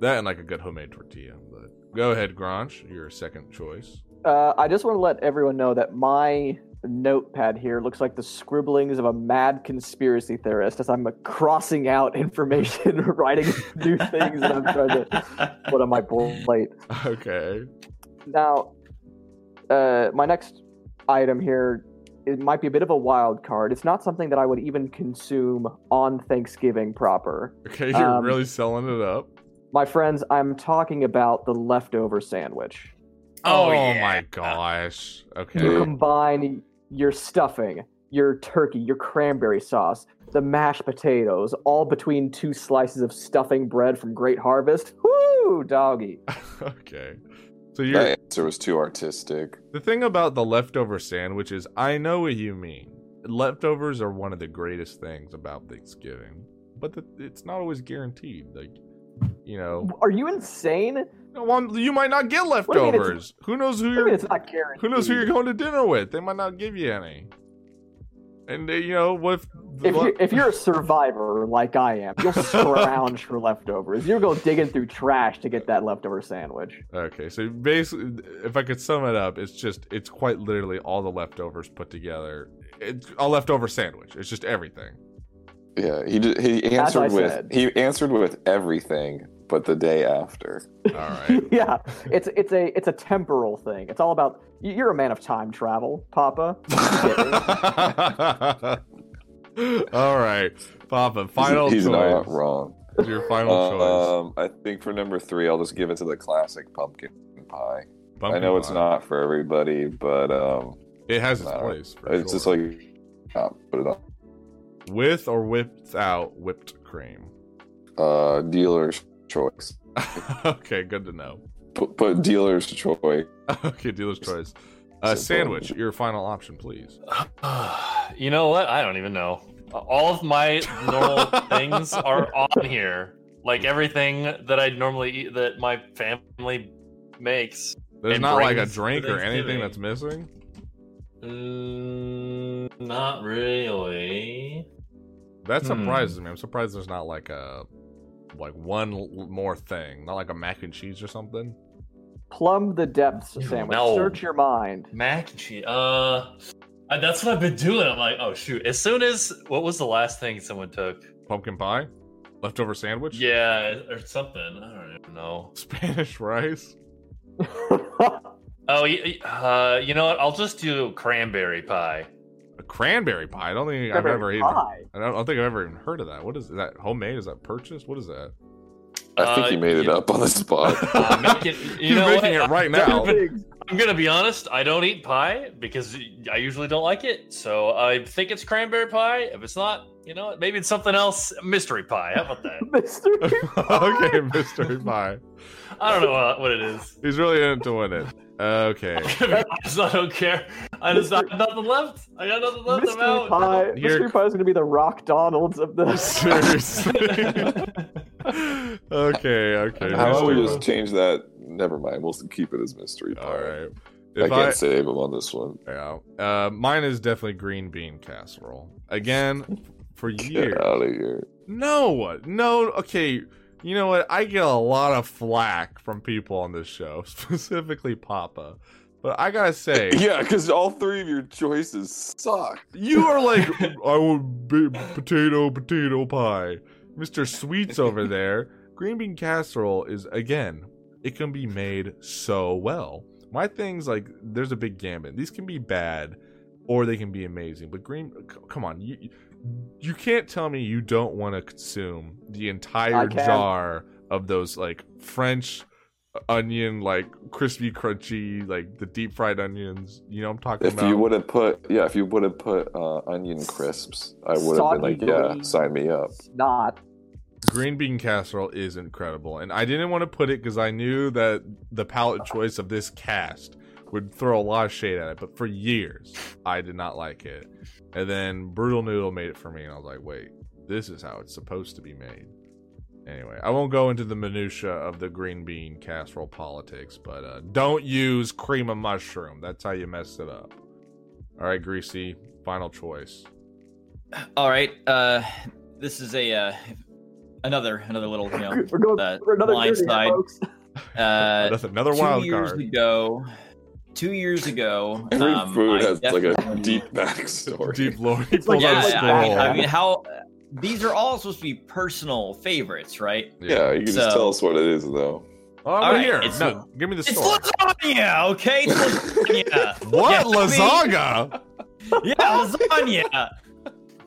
[SPEAKER 1] That and like a good homemade tortilla. But go ahead, Granch, your second choice.
[SPEAKER 3] Uh, I just want to let everyone know that my notepad here looks like the scribblings of a mad conspiracy theorist as I'm uh, crossing out information, writing new things that I'm trying to put on my plate.
[SPEAKER 1] Okay.
[SPEAKER 3] Now, uh, my next item here, it might be a bit of a wild card. It's not something that I would even consume on Thanksgiving proper.
[SPEAKER 1] Okay, you're
[SPEAKER 3] Um,
[SPEAKER 1] really selling it up.
[SPEAKER 3] My friends, I'm talking about the leftover sandwich.
[SPEAKER 6] Oh,
[SPEAKER 1] my
[SPEAKER 6] yeah.
[SPEAKER 1] gosh.
[SPEAKER 3] You
[SPEAKER 1] Okay.
[SPEAKER 2] Mm.
[SPEAKER 3] combine your stuffing, your turkey, your cranberry sauce, the mashed potatoes, all between two slices of stuffing bread from Great Harvest. Woo, doggy.
[SPEAKER 1] okay. So you're
[SPEAKER 2] That answer was too artistic.
[SPEAKER 1] The thing about the leftover sandwich is, I know what you mean. Leftovers are one of the greatest things about Thanksgiving, but the, it's not always guaranteed. Like, you know,
[SPEAKER 3] Are you insane?
[SPEAKER 1] no one- you might not get
[SPEAKER 3] do you mean it's-
[SPEAKER 1] leftovers. Who knows who
[SPEAKER 3] I mean,
[SPEAKER 1] you're?
[SPEAKER 3] it's not guaranteed.
[SPEAKER 1] Who knows who you're going to dinner with? They might not give you any. And they, you know, with the
[SPEAKER 3] If
[SPEAKER 1] le-
[SPEAKER 3] you're, if you're a survivor like I am, you'll scrounge for leftovers. You'll go digging through trash to get that leftover sandwich.
[SPEAKER 1] okay, so basically, if I could sum it up, it's just it's quite literally all the leftovers put together. It's a leftover sandwich. It's just everything.
[SPEAKER 2] Yeah, he did, he
[SPEAKER 3] As I
[SPEAKER 2] answered with
[SPEAKER 3] said.
[SPEAKER 2] he answered with everything, but the day after.
[SPEAKER 1] All right.
[SPEAKER 3] yeah, it's it's a it's a temporal thing. It's all about y- you're a man of time travel, Papa.
[SPEAKER 1] All right, Papa. Final
[SPEAKER 2] he's, he's
[SPEAKER 1] choice.
[SPEAKER 2] not wrong. Uh,
[SPEAKER 1] Is your final choice?
[SPEAKER 2] Um, I think for number three, I'll just give it to the classic pumpkin pie.
[SPEAKER 1] bumpy
[SPEAKER 2] I know it's
[SPEAKER 1] body.
[SPEAKER 2] not for everybody, but um,
[SPEAKER 1] It has its
[SPEAKER 2] No,
[SPEAKER 1] place. for
[SPEAKER 2] it's just
[SPEAKER 1] sure.
[SPEAKER 2] like uh, put it on.
[SPEAKER 1] with or without whipped cream.
[SPEAKER 2] Uh, dealer's choice.
[SPEAKER 1] okay, good to know.
[SPEAKER 2] Put, put dealer's choice.
[SPEAKER 1] Okay, dealer's choice. Uh,
[SPEAKER 2] Simple.
[SPEAKER 1] sandwich, your final option, please.
[SPEAKER 5] you know what? I don't even know. All of my normal things are on here. Like everything that I normally eat that my family makes.
[SPEAKER 1] There's
[SPEAKER 5] And
[SPEAKER 1] not like a
[SPEAKER 5] brings to
[SPEAKER 1] drink or anything
[SPEAKER 5] Thanksgiving.
[SPEAKER 1] that's missing.
[SPEAKER 5] Mm, not really.
[SPEAKER 1] That
[SPEAKER 5] Hmm.
[SPEAKER 1] surprises me. I'm surprised there's not like a like one l- more thing, not like a mac and cheese or something.
[SPEAKER 3] Plumb the depths sandwich.
[SPEAKER 5] No.
[SPEAKER 3] Search your mind.
[SPEAKER 5] Mac and cheese. Uh, I- that's what I've been doing. I'm like, oh shoot. As soon as what was the last thing someone took?
[SPEAKER 1] Pumpkin pie, leftover sandwich,
[SPEAKER 5] Yeah, or something. I don't even know.
[SPEAKER 1] Spanish rice.
[SPEAKER 5] Oh, y- y- uh, you know what? I'll just do cranberry pie.
[SPEAKER 1] A cranberry pie. I don't think I've ever eaten. I
[SPEAKER 3] Pie.
[SPEAKER 1] don't, I don't think I've ever even heard of that. What is, is that? Homemade? Is that purchased? What is that?
[SPEAKER 2] I think
[SPEAKER 5] Uh,
[SPEAKER 2] he made it
[SPEAKER 5] yeah.
[SPEAKER 2] up on the spot.
[SPEAKER 5] Uh, make it- you
[SPEAKER 1] You're
[SPEAKER 5] know
[SPEAKER 1] making it
[SPEAKER 5] what?
[SPEAKER 1] right now.
[SPEAKER 3] Two things.
[SPEAKER 5] I'm gonna be honest. I don't eat pie because I usually don't like it. So I think it's cranberry pie. If it's not, you know, what? maybe it's something else. Mystery pie. How about that?
[SPEAKER 3] Mr.
[SPEAKER 1] okay, mystery pie.
[SPEAKER 5] I don't know uh, what it is.
[SPEAKER 1] He's really into win it. Okay.
[SPEAKER 5] I just I don't care. I just I have nothing left. I got nothing left. I'm
[SPEAKER 3] Mystery
[SPEAKER 5] out.
[SPEAKER 3] Pie.
[SPEAKER 1] Here-
[SPEAKER 3] Mystery Pie is going to be the Rock Donalds of this.
[SPEAKER 1] Seriously. okay, okay.
[SPEAKER 2] How about we
[SPEAKER 1] mystery
[SPEAKER 2] just
[SPEAKER 1] pie.
[SPEAKER 2] change that? Never mind. We'll keep it as mystery.
[SPEAKER 1] All right.
[SPEAKER 2] I
[SPEAKER 1] If
[SPEAKER 2] can't
[SPEAKER 1] I,
[SPEAKER 2] save him on this one.
[SPEAKER 1] yeah, uh, mine is definitely green bean casserole. Again, for years.
[SPEAKER 2] Get out of here.
[SPEAKER 1] No, no. Okay, you know what? I get a lot of flack from people on this show, specifically Papa. But I gotta say,
[SPEAKER 2] Yeah, because all three of your choices suck.
[SPEAKER 1] You are like I would be potato potato pie. Mr. Sweets over there, green bean casserole is again, it can be made so well. My things like there's a big gambit. These can be bad or they can be amazing. But green c- come on, you you can't tell me you don't want to consume the entire
[SPEAKER 3] I can.
[SPEAKER 1] jar of those like French onion like crispy crunchy like the deep fried onions. You know what I'm talking
[SPEAKER 2] If
[SPEAKER 1] about?
[SPEAKER 2] you would have put, yeah, if you would have put uh, onion crisps, I would have been
[SPEAKER 3] Soggy
[SPEAKER 2] like, yeah,
[SPEAKER 3] green.
[SPEAKER 2] sign me up.
[SPEAKER 3] It's not.
[SPEAKER 1] green bean casserole is incredible and i didn't want to put it because i knew that the palette choice of this cast would throw a lot of shade at it but for years i did not like it and then brutal noodle made it for me and i was like wait this is how it's supposed to be made anyway i won't go into the minutia of the green bean casserole politics but uh, don't use cream of mushroom that's how you mess it up all right greasy final choice
[SPEAKER 6] All right. Uh, this is a uh, another another little you know.
[SPEAKER 3] We're going
[SPEAKER 6] Uh,
[SPEAKER 3] for another
[SPEAKER 6] blind
[SPEAKER 3] journey,
[SPEAKER 6] side.
[SPEAKER 3] folks.
[SPEAKER 6] Uh,
[SPEAKER 1] that's another
[SPEAKER 6] two
[SPEAKER 1] wild
[SPEAKER 6] years
[SPEAKER 1] card
[SPEAKER 6] ago, two years ago,
[SPEAKER 2] Every
[SPEAKER 6] um,
[SPEAKER 2] food
[SPEAKER 6] I
[SPEAKER 2] has like a
[SPEAKER 6] definitely-
[SPEAKER 2] deep backstory.
[SPEAKER 1] deep lord
[SPEAKER 3] It's like-
[SPEAKER 6] Yeah,
[SPEAKER 3] Like
[SPEAKER 6] I mean,
[SPEAKER 3] that.
[SPEAKER 6] I mean, how these are all supposed to be personal favorites, right?
[SPEAKER 2] yeah, you can just
[SPEAKER 6] So-
[SPEAKER 2] tell us what it is though.
[SPEAKER 1] Oh, I'm
[SPEAKER 6] All right,
[SPEAKER 1] here.
[SPEAKER 6] it's-
[SPEAKER 1] No, give me the
[SPEAKER 6] It's
[SPEAKER 1] story.
[SPEAKER 6] lasagna, okay? It's lasagna.
[SPEAKER 1] What
[SPEAKER 6] Yeah, I mean-
[SPEAKER 1] lasagna?
[SPEAKER 6] yeah, lasagna.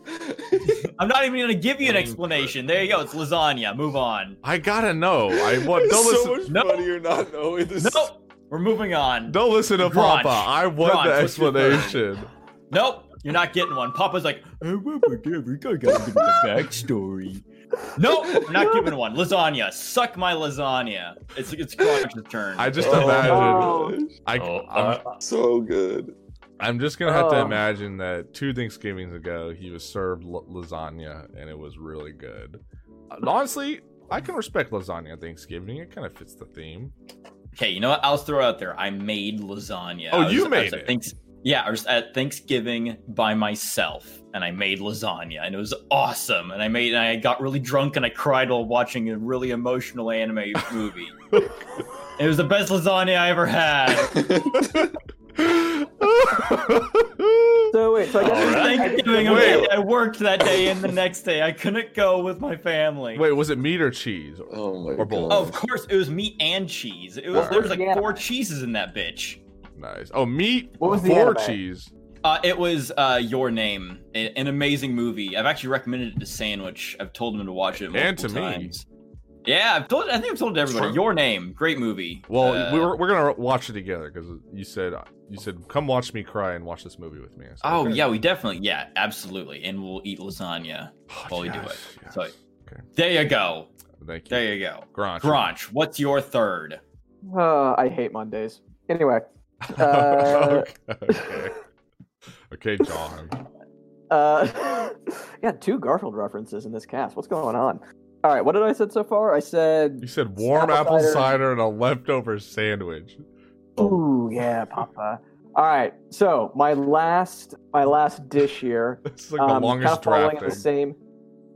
[SPEAKER 6] I'm not even gonna give you an explanation. There you go. It's lasagna. Move on.
[SPEAKER 1] I gotta know. I want.
[SPEAKER 2] It's
[SPEAKER 1] Don't
[SPEAKER 2] so
[SPEAKER 1] listen.
[SPEAKER 2] much
[SPEAKER 6] No.
[SPEAKER 2] funnier not knowing this.
[SPEAKER 6] Nope. We're moving on.
[SPEAKER 1] Don't listen to
[SPEAKER 6] Ron,
[SPEAKER 1] Papa. I want
[SPEAKER 6] Ron,
[SPEAKER 1] the
[SPEAKER 6] what's your third?
[SPEAKER 1] explanation.
[SPEAKER 6] Nope. You're not getting one. Papa's like, oh, well, we're good. we gotta get into the backstory. Nope, I'm not giving one. Lasagna. Suck my lasagna. It's it's Crunch's turn.
[SPEAKER 1] I just
[SPEAKER 2] Oh,
[SPEAKER 1] imagine.
[SPEAKER 3] no.
[SPEAKER 2] gosh,
[SPEAKER 1] I,
[SPEAKER 5] Oh,
[SPEAKER 1] I'm,
[SPEAKER 5] uh,
[SPEAKER 2] So good.
[SPEAKER 1] I'm just gonna have to
[SPEAKER 3] Oh.
[SPEAKER 1] imagine that two Thanksgivings ago he was served l- lasagna and it was really good. Uh, Honestly, I can respect lasagna at Thanksgiving. It kind of fits the theme.
[SPEAKER 6] Okay, you know what? I'll throw out there. I made lasagna.
[SPEAKER 1] Oh,
[SPEAKER 6] I was-
[SPEAKER 1] you
[SPEAKER 6] I was
[SPEAKER 1] made
[SPEAKER 6] at
[SPEAKER 1] it.
[SPEAKER 6] Thanks- yeah, I was at Thanksgiving by myself, and I made lasagna, and it was awesome. And I made, and I got really drunk, and I cried while watching a really emotional anime movie. it was the best lasagna I ever had.
[SPEAKER 3] So wait, so I
[SPEAKER 6] It was
[SPEAKER 3] guess
[SPEAKER 6] Thanksgiving.
[SPEAKER 1] Wait.
[SPEAKER 6] I worked that day and the next day. I couldn't go with my family.
[SPEAKER 1] Wait, was it meat or cheese?
[SPEAKER 2] Oh my
[SPEAKER 1] Or both.
[SPEAKER 2] god.
[SPEAKER 6] Oh, of course, it was meat and cheese. It was there was like
[SPEAKER 3] Yeah.
[SPEAKER 6] four cheeses in that bitch.
[SPEAKER 1] Nice. Oh, meat
[SPEAKER 3] What was the
[SPEAKER 1] or
[SPEAKER 3] anime?
[SPEAKER 1] cheese.
[SPEAKER 6] Uh, it was uh, Your Name, a- an amazing movie. I've actually recommended it to Sandwich. I've told him to watch it multiple
[SPEAKER 1] And to me.
[SPEAKER 6] times. Yeah, I've told, I think I've told everybody.
[SPEAKER 2] True.
[SPEAKER 6] Your name, great movie.
[SPEAKER 1] Well,
[SPEAKER 6] Uh,
[SPEAKER 1] we were, we're gonna watch it together because you said you said come watch me cry and watch this movie with me. I said,
[SPEAKER 6] Oh
[SPEAKER 1] "Okay."
[SPEAKER 6] yeah, we definitely yeah, absolutely, and we'll eat lasagna.
[SPEAKER 1] Oh,
[SPEAKER 6] while we do
[SPEAKER 1] yes,
[SPEAKER 6] it. So-
[SPEAKER 1] yes.
[SPEAKER 6] There you go.
[SPEAKER 1] Thank you,
[SPEAKER 6] There you go.
[SPEAKER 1] Grunch.
[SPEAKER 6] Grunch, what's your third?
[SPEAKER 3] Uh, I hate Mondays. Anyway, Uh,
[SPEAKER 1] okay. okay, John.
[SPEAKER 3] uh, yeah, two Garfield references in this cast. What's going on? All right, what did I said so far? I said,
[SPEAKER 1] You said warm apple,
[SPEAKER 3] Apple
[SPEAKER 1] cider.
[SPEAKER 3] cider.
[SPEAKER 1] and a leftover sandwich.
[SPEAKER 3] "Ooh, yeah, Papa." All right, so my last, my last dish here.
[SPEAKER 1] It's like the
[SPEAKER 3] um,
[SPEAKER 1] longest
[SPEAKER 3] kinda following
[SPEAKER 1] draft.
[SPEAKER 3] in The
[SPEAKER 1] thing.
[SPEAKER 3] same,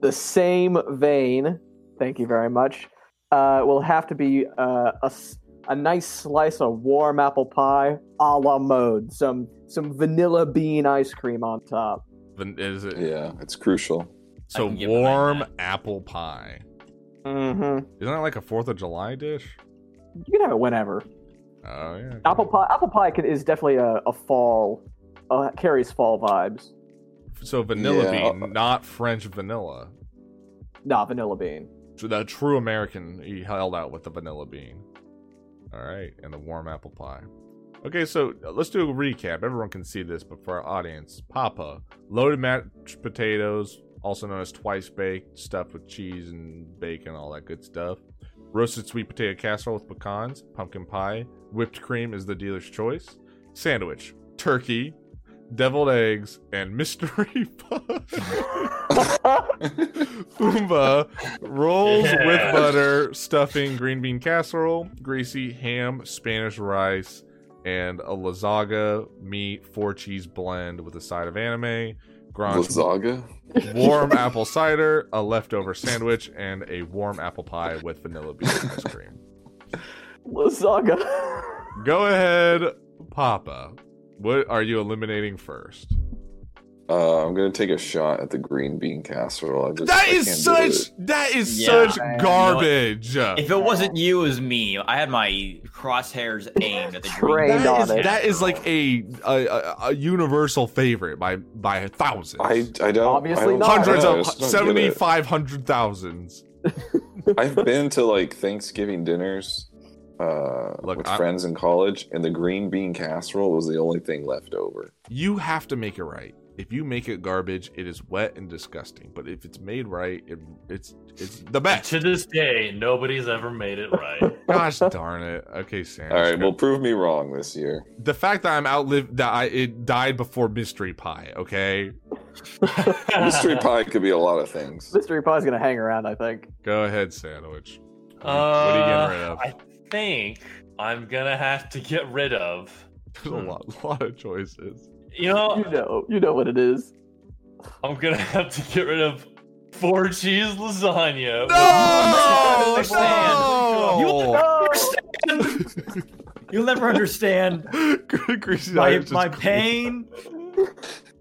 [SPEAKER 3] the same vein. Thank you very much. Uh, will have to be uh, a, s- a nice slice of warm apple pie a la mode. Some some vanilla bean ice cream on top.
[SPEAKER 1] Then Is it
[SPEAKER 2] Yeah, it's crucial.
[SPEAKER 1] so
[SPEAKER 6] I can get behind
[SPEAKER 1] warm
[SPEAKER 6] that.
[SPEAKER 1] apple pie?
[SPEAKER 3] Mm-hmm.
[SPEAKER 1] Isn't that like a Fourth of July dish?
[SPEAKER 3] You can have it whenever.
[SPEAKER 1] Oh yeah. okay.
[SPEAKER 3] Apple pie. Apple pie can, is definitely a, a fall. Uh, carries fall vibes.
[SPEAKER 1] So vanilla
[SPEAKER 2] Yeah.
[SPEAKER 1] bean, not French vanilla.
[SPEAKER 3] Nah, vanilla bean.
[SPEAKER 1] So the true American he held out with the vanilla bean. All right, and the warm apple pie. Okay, so uh, let's do a recap. Everyone can see this, but for our audience, Papa, loaded mashed potatoes, also known as twice baked, stuffed with cheese and bacon, all that good stuff. Roasted sweet potato casserole with pecans, pumpkin pie, whipped cream is the dealer's choice. Sandwich, turkey, deviled eggs, and mystery pie. Oomba rolls with
[SPEAKER 5] Yeah.
[SPEAKER 1] butter, stuffing, green bean casserole, greasy ham, Spanish rice, and a lasagna meat four cheese blend with a side of anime, grunge,
[SPEAKER 2] Lasagna?
[SPEAKER 1] warm apple cider, a leftover sandwich, and a warm apple pie with vanilla bean ice cream.
[SPEAKER 3] Lasagna.
[SPEAKER 1] Go ahead, Papa. What are you eliminating first?
[SPEAKER 2] Uh, I'm gonna take a shot at the green bean casserole. I just,
[SPEAKER 1] That
[SPEAKER 2] I
[SPEAKER 1] is
[SPEAKER 2] can't do
[SPEAKER 1] such that is
[SPEAKER 6] Yeah,
[SPEAKER 1] such
[SPEAKER 3] I- you know what?
[SPEAKER 1] garbage.
[SPEAKER 6] If it wasn't you, it was me. I had my crosshairs aimed at the
[SPEAKER 3] Trained
[SPEAKER 6] green.
[SPEAKER 3] Rained on
[SPEAKER 1] that is,
[SPEAKER 3] it.
[SPEAKER 1] that is like a a, a a universal favorite by by thousands,
[SPEAKER 2] it. I I don't.
[SPEAKER 3] Obviously
[SPEAKER 2] I don't,
[SPEAKER 3] not.
[SPEAKER 1] hundreds
[SPEAKER 2] I
[SPEAKER 1] of
[SPEAKER 2] just don't get
[SPEAKER 1] seventy
[SPEAKER 2] it.
[SPEAKER 1] five hundred thousands.
[SPEAKER 2] I've been to like Thanksgiving dinners uh,
[SPEAKER 1] Look,
[SPEAKER 2] with
[SPEAKER 1] I-
[SPEAKER 2] friends in college, and the green bean casserole was the only thing left over.
[SPEAKER 1] You have to make it right. If you make it garbage, it is wet and disgusting. But if it's made right, it, it's it's the best.
[SPEAKER 5] To this day, nobody's ever made it right.
[SPEAKER 1] Gosh darn it. Okay, Sam.
[SPEAKER 2] All right, well, prove me wrong this year.
[SPEAKER 1] the fact that I'm outlived that I it died before mystery pie. Okay,
[SPEAKER 2] Mystery pie could be a lot of things.
[SPEAKER 3] Mystery pie's gonna hang around. I think.
[SPEAKER 1] go ahead, sandwich. What are you-
[SPEAKER 5] Uh,
[SPEAKER 1] what are you getting rid of?
[SPEAKER 5] I think I'm gonna have to get rid of.
[SPEAKER 1] There's a lot, lot of choices.
[SPEAKER 5] You know,
[SPEAKER 3] You know. You know what it is.
[SPEAKER 5] I'm gonna have to get rid of four cheese lasagna. with-
[SPEAKER 1] No!
[SPEAKER 6] understand.
[SPEAKER 1] No!
[SPEAKER 3] Oh,
[SPEAKER 6] You'll never understand
[SPEAKER 1] Greasy
[SPEAKER 6] my,
[SPEAKER 1] Diamond just-
[SPEAKER 6] my pain,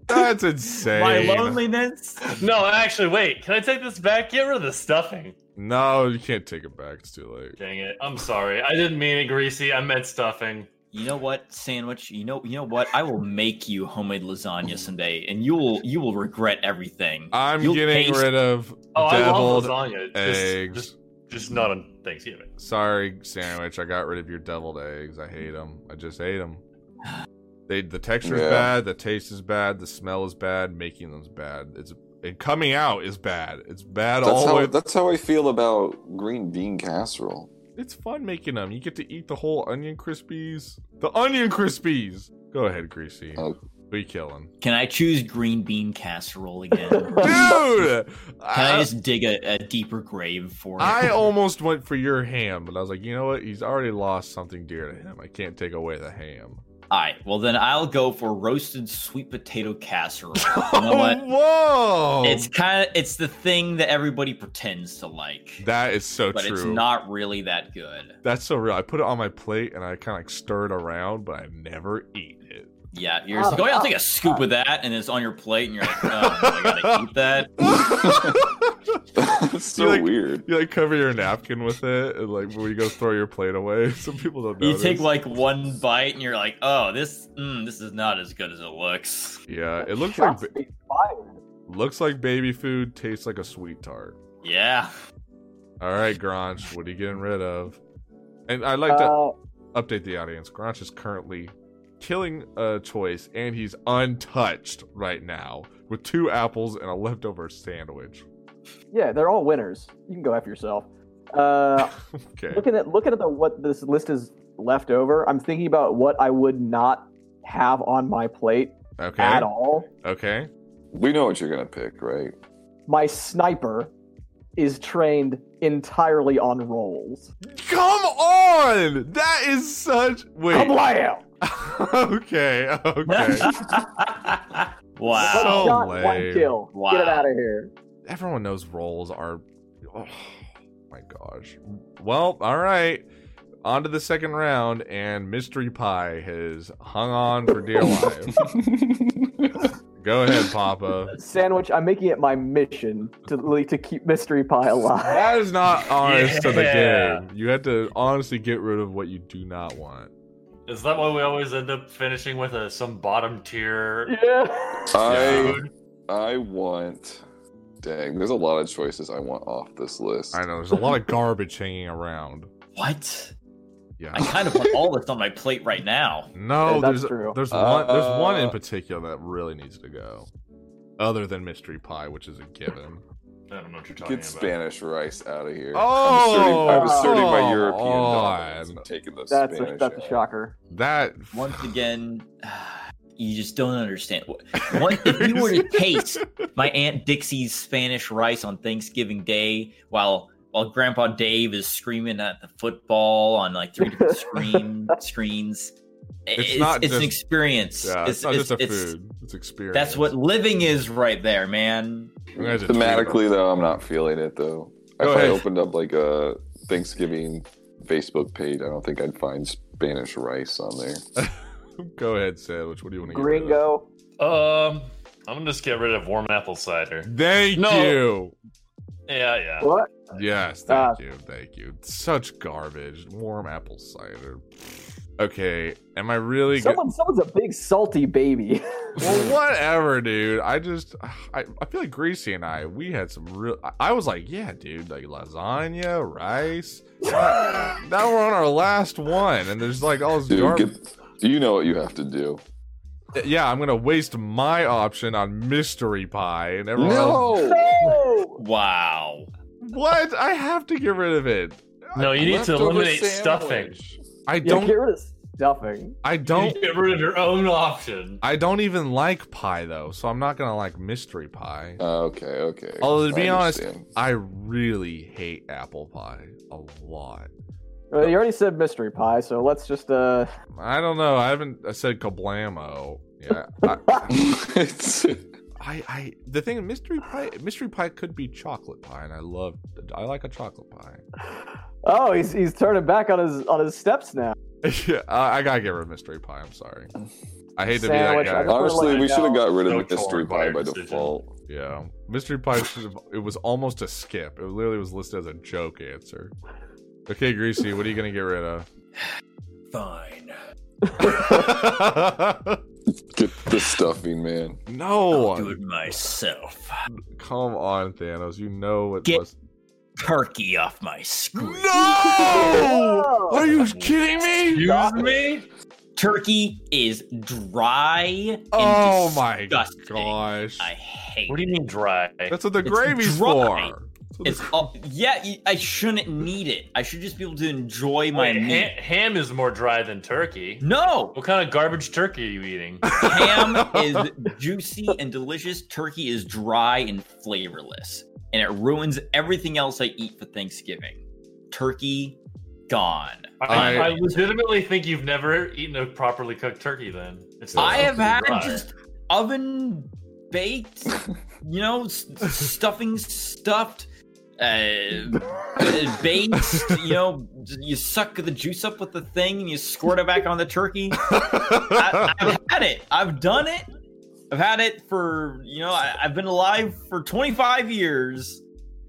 [SPEAKER 1] That's insane.
[SPEAKER 6] my loneliness.
[SPEAKER 5] No, actually, wait. Can I take this back? Get rid of the stuffing.
[SPEAKER 1] No, you can't take it back. It's too late.
[SPEAKER 5] Dang it! I'm sorry. I didn't mean it greasy. I meant stuffing.
[SPEAKER 6] You know what, sandwich? You know, you know what? I will make you homemade lasagna someday, and you will you will regret everything.
[SPEAKER 1] I'm
[SPEAKER 6] You'll
[SPEAKER 1] getting
[SPEAKER 6] taste-
[SPEAKER 1] rid of
[SPEAKER 5] Oh,
[SPEAKER 1] deviled
[SPEAKER 5] I love lasagna. Just-
[SPEAKER 1] eggs.
[SPEAKER 5] Just, just, not on Thanksgiving.
[SPEAKER 1] Sorry, sandwich. I got rid of your deviled eggs. I hate them. I just hate them. They the texture's
[SPEAKER 2] Yeah.
[SPEAKER 1] bad. The taste is bad. The smell is bad. Making them's bad. It's and coming out is bad. It's bad
[SPEAKER 2] That's
[SPEAKER 1] all the
[SPEAKER 2] how,
[SPEAKER 1] way.
[SPEAKER 2] that's how I feel about green bean casserole.
[SPEAKER 1] It's fun making them. You get to eat the whole onion crispies. The onion crispies. Go ahead, Greasy.
[SPEAKER 2] Oh.
[SPEAKER 1] We killing,
[SPEAKER 6] Can I choose green bean casserole again?
[SPEAKER 1] dude.
[SPEAKER 6] Can I
[SPEAKER 1] I-
[SPEAKER 6] just dig a, a deeper grave for it?
[SPEAKER 1] I almost went for your ham, but I was like, you know what? He's already lost something dear to him. I can't take away the ham.
[SPEAKER 6] All right. Well, then I'll go for roasted sweet potato casserole. You know what?
[SPEAKER 1] Oh, whoa!
[SPEAKER 6] It's kind of it's the thing that everybody pretends to like,
[SPEAKER 1] that is so
[SPEAKER 6] but
[SPEAKER 1] true.
[SPEAKER 6] it's not really that good.
[SPEAKER 1] That's so real. I put it on my plate and I kind of like stir it around, but I never eat it.
[SPEAKER 6] Yeah, you're just
[SPEAKER 3] Oh,
[SPEAKER 6] like, oh, yeah, I'll
[SPEAKER 3] oh,
[SPEAKER 6] take a scoop of that, and it's on your plate, and you're like, oh, I gotta eat that.
[SPEAKER 2] That's so
[SPEAKER 1] You like-
[SPEAKER 2] weird.
[SPEAKER 1] you like cover your napkin with it, and like when you go throw your plate away, some people don't
[SPEAKER 6] You
[SPEAKER 1] notice.
[SPEAKER 6] take like one bite, and you're like, oh, this mm, this is not as good as it looks.
[SPEAKER 1] yeah, Uh, it looks like
[SPEAKER 3] shots
[SPEAKER 1] ba-
[SPEAKER 3] be fired.
[SPEAKER 1] looks like baby food, tastes like a sweet tart.
[SPEAKER 6] Yeah,
[SPEAKER 1] All right, Granch, what are you getting rid of? And I'd like to
[SPEAKER 3] Uh,
[SPEAKER 1] update the audience. Granch is currently killing a choice, and he's untouched right now with two apples and a leftover sandwich.
[SPEAKER 3] yeah, they're all winners. You can go after yourself. Uh,
[SPEAKER 1] Okay.
[SPEAKER 3] looking at looking at the what this list is left over, I'm thinking about what I would not have on my plate
[SPEAKER 1] Okay.
[SPEAKER 3] at all.
[SPEAKER 1] Okay.
[SPEAKER 2] We know what you're gonna pick, right?
[SPEAKER 3] My sniper is trained entirely on rolls.
[SPEAKER 1] Come on! That is such. Wait.
[SPEAKER 3] Kablam!
[SPEAKER 1] okay. Okay.
[SPEAKER 6] wow.
[SPEAKER 1] So
[SPEAKER 3] one shot,
[SPEAKER 1] lame.
[SPEAKER 3] one kill. Get it
[SPEAKER 6] Wow.
[SPEAKER 3] out of here.
[SPEAKER 1] everyone knows roles are oh my gosh well all right on to the second round and mystery pie has hung on for dear life go ahead papa
[SPEAKER 3] Sandwich. I'm making it my mission to to keep Mystery Pie alive.
[SPEAKER 1] that is not honest to the
[SPEAKER 5] Yeah.
[SPEAKER 1] game you have to honestly get rid of what you do not want
[SPEAKER 5] Is that why we always end up finishing with a, some bottom tier?
[SPEAKER 3] Yeah.
[SPEAKER 2] I I want. Dang, there's a lot of choices I want off this list.
[SPEAKER 1] i know there's a lot of garbage hanging around
[SPEAKER 6] What?
[SPEAKER 1] yeah
[SPEAKER 6] I kind of want all this on my plate right now.
[SPEAKER 1] no
[SPEAKER 3] Yeah, that's
[SPEAKER 1] Oh, there's
[SPEAKER 3] true.
[SPEAKER 1] there's
[SPEAKER 2] Uh,
[SPEAKER 1] one there's one in particular that really needs to go other than mystery pie which is a given
[SPEAKER 5] I don't know what you're talking
[SPEAKER 2] Get
[SPEAKER 5] about.
[SPEAKER 2] Spanish rice out of here.
[SPEAKER 1] Oh,
[SPEAKER 2] I'm asserting, I'm asserting
[SPEAKER 1] come
[SPEAKER 2] my European
[SPEAKER 1] on.
[SPEAKER 2] dominance. I'm taking the
[SPEAKER 3] That's a,
[SPEAKER 2] Spanish.
[SPEAKER 3] that's a
[SPEAKER 2] out.
[SPEAKER 3] shocker.
[SPEAKER 1] That
[SPEAKER 6] Once again, you just don't understand. What, what if you were to taste my aunt Dixie's Spanish rice on Thanksgiving Day while while Grandpa Dave is screaming at the football on like three different screen screens? It's, it's,
[SPEAKER 1] not
[SPEAKER 6] an
[SPEAKER 1] just-
[SPEAKER 6] experience.
[SPEAKER 1] Yeah, it's, not just a food. It's experience.
[SPEAKER 6] That's what living is right there, man.
[SPEAKER 1] I'm gonna just tweet
[SPEAKER 2] Thematically, though, I'm not feeling it though.
[SPEAKER 1] Go
[SPEAKER 2] if
[SPEAKER 1] ahead.
[SPEAKER 2] I opened up like a Thanksgiving Facebook page, I don't think I'd find Spanish rice on there.
[SPEAKER 1] it. Go ahead, sandwich. What do you want to
[SPEAKER 3] Gringo.
[SPEAKER 5] Um, I'm gonna just get rid of warm apple cider.
[SPEAKER 1] Thank
[SPEAKER 5] No.
[SPEAKER 1] you.
[SPEAKER 5] Yeah, yeah.
[SPEAKER 3] What?
[SPEAKER 1] Yes,
[SPEAKER 3] Uh,
[SPEAKER 1] thank you, thank you. Such garbage. Warm apple cider. Okay, am I really good?
[SPEAKER 3] Someone, someone's a big salty baby.
[SPEAKER 1] Well, whatever, dude. I just, I, I feel like Greasy and I, we had some real. I- I was like, yeah, dude, like lasagna, rice. now we're on our last one, and there's like all this
[SPEAKER 2] Dude,
[SPEAKER 1] garbage.
[SPEAKER 2] get, you know what you have to do.
[SPEAKER 1] Yeah, I'm gonna waste my option on mystery pie and everyone. else-
[SPEAKER 2] No,
[SPEAKER 3] no.
[SPEAKER 6] Wow.
[SPEAKER 1] What? I have to get rid of it.
[SPEAKER 5] No, you need to
[SPEAKER 2] Leftover
[SPEAKER 5] eliminate stuffing.
[SPEAKER 2] sandwich.
[SPEAKER 1] I
[SPEAKER 3] Yeah,
[SPEAKER 1] don't.
[SPEAKER 3] get rid of stuffing.
[SPEAKER 1] I
[SPEAKER 5] Don't
[SPEAKER 1] don't.
[SPEAKER 5] get rid of your own option.
[SPEAKER 1] I don't even like pie though, so I'm not gonna like mystery pie.
[SPEAKER 2] Uh, okay, okay.
[SPEAKER 1] Although to be
[SPEAKER 2] I
[SPEAKER 1] honest,
[SPEAKER 2] understand.
[SPEAKER 1] I really hate apple pie a lot.
[SPEAKER 3] Well, you already said mystery pie, so let's just uh.
[SPEAKER 1] I don't know. I haven't. I said kablamo. Yeah. I,
[SPEAKER 2] it's,
[SPEAKER 1] I, I. The thing, mystery pie. Mystery pie could be chocolate pie, and I love. I like a chocolate pie.
[SPEAKER 3] Oh, he's he's turning back on his on his steps now.
[SPEAKER 1] yeah, I, I gotta get rid of mystery pie. I'm sorry. I hate to
[SPEAKER 3] Sandwich,
[SPEAKER 1] be that guy.
[SPEAKER 3] I-
[SPEAKER 2] honestly, we should have got rid of
[SPEAKER 5] No
[SPEAKER 2] the mystery
[SPEAKER 5] chore by
[SPEAKER 2] pie
[SPEAKER 5] your
[SPEAKER 2] by
[SPEAKER 5] decision.
[SPEAKER 2] default.
[SPEAKER 1] Yeah, mystery pie. should have- it was almost a skip. It literally was listed as a joke answer. Okay, Greasy, what are you gonna get rid of?
[SPEAKER 6] Fine.
[SPEAKER 2] Get the stuffing, man.
[SPEAKER 6] Do
[SPEAKER 1] no,
[SPEAKER 6] it myself.
[SPEAKER 1] Oh, come on, Thanos. You know what?
[SPEAKER 6] Get-
[SPEAKER 1] must-
[SPEAKER 6] Turkey off my screen.
[SPEAKER 1] No! Are you kidding me?
[SPEAKER 5] Excuse me.
[SPEAKER 6] Turkey is dry. and
[SPEAKER 1] Oh my
[SPEAKER 6] disgusting.
[SPEAKER 1] gosh!
[SPEAKER 6] I hate.
[SPEAKER 5] What do you mean dry?
[SPEAKER 1] That's what the
[SPEAKER 6] It's
[SPEAKER 1] gravy's
[SPEAKER 6] dry.
[SPEAKER 1] for. That's what
[SPEAKER 6] It's all, yeah. you- I shouldn't need it. I should just be able to enjoy my
[SPEAKER 5] Wait,
[SPEAKER 6] meat.
[SPEAKER 5] ha- ham is more dry than turkey.
[SPEAKER 6] No,
[SPEAKER 5] What kind of garbage turkey are you eating?
[SPEAKER 6] ham is juicy and delicious. Turkey is dry and flavorless, and it ruins everything else I eat for Thanksgiving. Turkey gone.
[SPEAKER 5] I,
[SPEAKER 1] I-
[SPEAKER 5] I legitimately think you've never eaten a properly cooked turkey. Then it's
[SPEAKER 1] Yeah.
[SPEAKER 6] I have had
[SPEAKER 5] Right.
[SPEAKER 6] just oven baked, you know, s- stuffing stuffed, uh, uh, baked. You know, you suck the juice up with the thing and you squirt it back on the turkey. I, I've had it. I've done it. I've had it for you know. I, I've been alive for 25 years.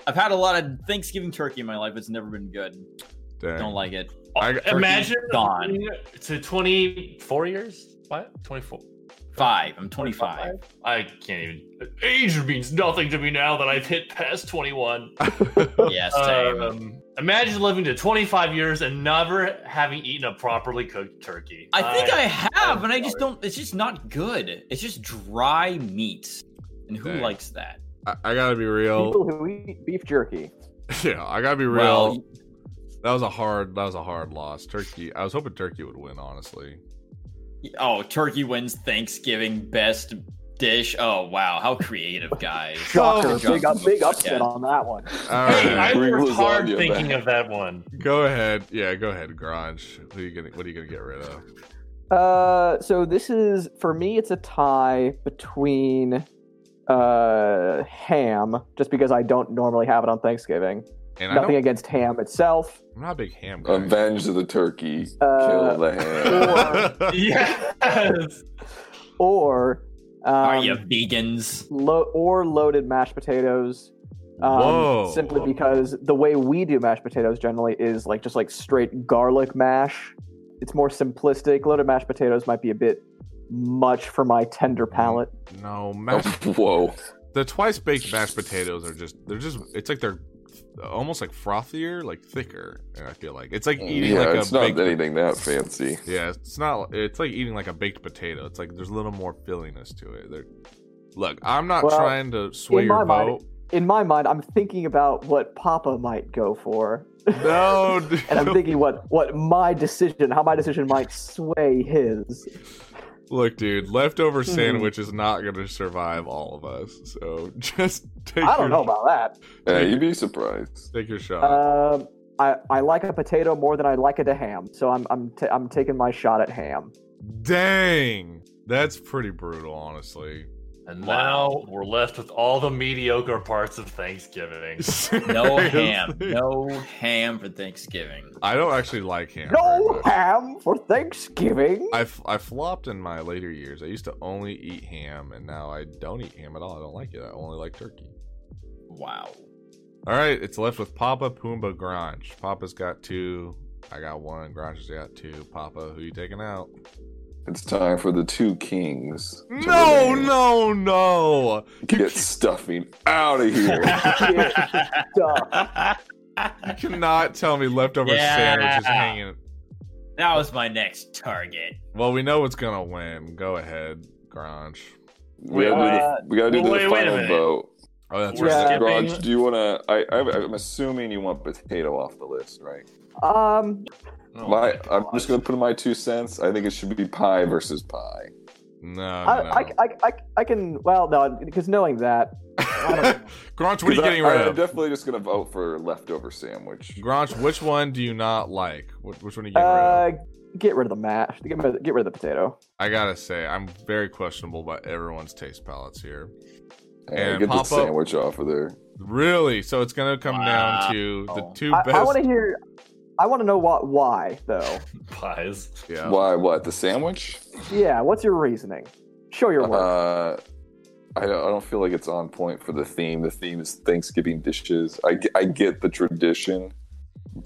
[SPEAKER 6] I've had a lot of Thanksgiving turkey in my life. It's never been good.
[SPEAKER 1] Dang.
[SPEAKER 6] Don't like it.
[SPEAKER 1] I-
[SPEAKER 5] Imagine
[SPEAKER 6] gone.
[SPEAKER 5] to 24 years. What? 24.
[SPEAKER 6] 25. I'm 25.
[SPEAKER 5] I can't even. Age means nothing to me now that I've hit past 21.
[SPEAKER 6] Yes, same.
[SPEAKER 5] Um, imagine living to 25 years and never having eaten a properly cooked turkey.
[SPEAKER 6] I think I, have, and I just don't. It's just not good. It's just dry meat, and who
[SPEAKER 1] Dang.
[SPEAKER 6] likes that?
[SPEAKER 1] I, I gotta be real.
[SPEAKER 3] People who eat beef jerky.
[SPEAKER 1] Oh, yeah, I gotta be real.
[SPEAKER 6] Well,
[SPEAKER 1] that was a hard. That was a hard loss. Turkey. I was hoping Turkey would win. Honestly,
[SPEAKER 6] oh, turkey wins Thanksgiving best dish. Oh wow, how creative guys.
[SPEAKER 3] Shocker.
[SPEAKER 1] Oh,
[SPEAKER 3] big, up, big upset
[SPEAKER 6] Yeah.
[SPEAKER 3] on that one.
[SPEAKER 1] all
[SPEAKER 5] Hey,
[SPEAKER 1] right.
[SPEAKER 5] I
[SPEAKER 2] Bring
[SPEAKER 5] worked hard
[SPEAKER 2] lasagna
[SPEAKER 5] thinking
[SPEAKER 2] back.
[SPEAKER 5] of that one.
[SPEAKER 1] Go ahead. Yeah, go ahead, Grunge. What are you gonna What are you gonna get rid of?
[SPEAKER 3] Uh, so this is for me. It's a tie between uh, ham, just because I don't normally have it on Thanksgiving.
[SPEAKER 1] And I
[SPEAKER 3] Nothing
[SPEAKER 1] don't,
[SPEAKER 3] against ham itself.
[SPEAKER 1] I'm not a big ham guy.
[SPEAKER 2] Avenge the turkey.
[SPEAKER 3] Uh,
[SPEAKER 2] kill the ham.
[SPEAKER 5] Yes.
[SPEAKER 3] or um,
[SPEAKER 6] Are you vegans?
[SPEAKER 3] lo- or loaded mashed potatoes. Um,
[SPEAKER 1] Whoa.
[SPEAKER 3] Simply because the way we do mashed potatoes generally is like just like straight garlic mash. It's more simplistic. Loaded mashed potatoes might be a bit much for my tender palate.
[SPEAKER 1] no, mashed,
[SPEAKER 2] Oh, Whoa.
[SPEAKER 1] the twice baked mashed potatoes are just. They're just. It's like they're almost like frothier, like thicker. And I feel like it's like eating
[SPEAKER 2] yeah,
[SPEAKER 1] like a
[SPEAKER 2] it's not
[SPEAKER 1] baked.
[SPEAKER 2] anything that fancy.
[SPEAKER 1] Yeah, it's not. It's like eating like a baked potato. It's like there's a little more filliness to it. There. Look, I'm not
[SPEAKER 3] Well,
[SPEAKER 1] trying to sway
[SPEAKER 3] in
[SPEAKER 1] your
[SPEAKER 3] my mind-
[SPEAKER 1] vote.
[SPEAKER 3] In my mind, I'm thinking about what Papa might go for,
[SPEAKER 1] No, dude.
[SPEAKER 3] and I'm thinking what what my decision, how my decision might sway his.
[SPEAKER 1] look, dude. Leftover
[SPEAKER 3] Hmm.
[SPEAKER 1] sandwich is not going to survive all of us. So just take. your,
[SPEAKER 3] I don't know about that.
[SPEAKER 2] Yeah, Uh, you'd be surprised.
[SPEAKER 1] Take your shot.
[SPEAKER 3] Um, I, I like a potato more than I like it to ham, so I'm I'm t- I'm taking my shot at ham.
[SPEAKER 1] Dang, that's pretty brutal, honestly.
[SPEAKER 5] And now we're left with all the mediocre parts of Thanksgiving.
[SPEAKER 6] No ham. No ham for Thanksgiving.
[SPEAKER 1] I don't actually like ham. very
[SPEAKER 3] No
[SPEAKER 1] much.
[SPEAKER 3] ham for Thanksgiving.
[SPEAKER 1] I, f- I flopped in my later years. I used to only eat ham, and now I don't eat ham at all. I don't like it. I only like turkey.
[SPEAKER 6] Wow.
[SPEAKER 1] All right, it's left with Papa, Pumba, Grange. Papa's got two. I got one. Grange's got two. Papa, who you taking out?
[SPEAKER 2] It's time for the two kings. to
[SPEAKER 1] No,
[SPEAKER 2] remain.
[SPEAKER 1] no, no.
[SPEAKER 2] Get stuffing out of here.
[SPEAKER 3] Shit, duh.
[SPEAKER 1] You cannot tell me leftover
[SPEAKER 6] Yeah.
[SPEAKER 1] sandwiches hanging.
[SPEAKER 6] That was my next target.
[SPEAKER 1] Well, we know what's gonna win. Go ahead, Grange.
[SPEAKER 2] we,
[SPEAKER 5] Wait,
[SPEAKER 2] gotta do
[SPEAKER 3] uh,
[SPEAKER 2] the, we gotta do
[SPEAKER 5] wait,
[SPEAKER 2] the
[SPEAKER 5] wait a
[SPEAKER 2] final
[SPEAKER 5] minute.
[SPEAKER 2] vote.
[SPEAKER 1] Oh, that's
[SPEAKER 5] We're
[SPEAKER 1] right.
[SPEAKER 3] Yeah.
[SPEAKER 5] skipping.
[SPEAKER 2] Raj, do you wanna? I, I, I'm assuming you want potato off the list, right?
[SPEAKER 3] Um,
[SPEAKER 5] Oh
[SPEAKER 2] my,
[SPEAKER 5] my
[SPEAKER 2] I'm
[SPEAKER 5] God.
[SPEAKER 2] just gonna put in my two cents. I think it should be pie versus pie.
[SPEAKER 1] No,
[SPEAKER 3] I,
[SPEAKER 1] no.
[SPEAKER 3] I, I, I, I can. Well, no, because knowing that, I don't know.
[SPEAKER 1] Grange, what are you
[SPEAKER 2] 'Cause I-
[SPEAKER 1] getting rid
[SPEAKER 2] I, am
[SPEAKER 1] of?
[SPEAKER 2] definitely just gonna vote for leftover sandwich.
[SPEAKER 1] Grange, which one do you not like? Wh- Which one are you getting rid of?
[SPEAKER 3] uh, get rid of the mash. Get rid of, get rid of the potato.
[SPEAKER 1] I gotta say, I'm very questionable by everyone's taste palettes here.
[SPEAKER 2] Hey,
[SPEAKER 1] and
[SPEAKER 2] get
[SPEAKER 1] pop
[SPEAKER 2] the
[SPEAKER 1] up-
[SPEAKER 2] sandwich off of there.
[SPEAKER 1] Really? So it's gonna come down to the
[SPEAKER 6] Wow.
[SPEAKER 1] two
[SPEAKER 3] I,
[SPEAKER 1] best.
[SPEAKER 3] I want to hear. I want to know what why though.
[SPEAKER 5] pies.
[SPEAKER 1] yeah.
[SPEAKER 2] Why? What? The sandwich?
[SPEAKER 3] Yeah, what's your reasoning? Show your work.
[SPEAKER 2] Uh, I don't, I don't feel like it's on point for the theme. The theme is Thanksgiving dishes. I, ge- I get the tradition,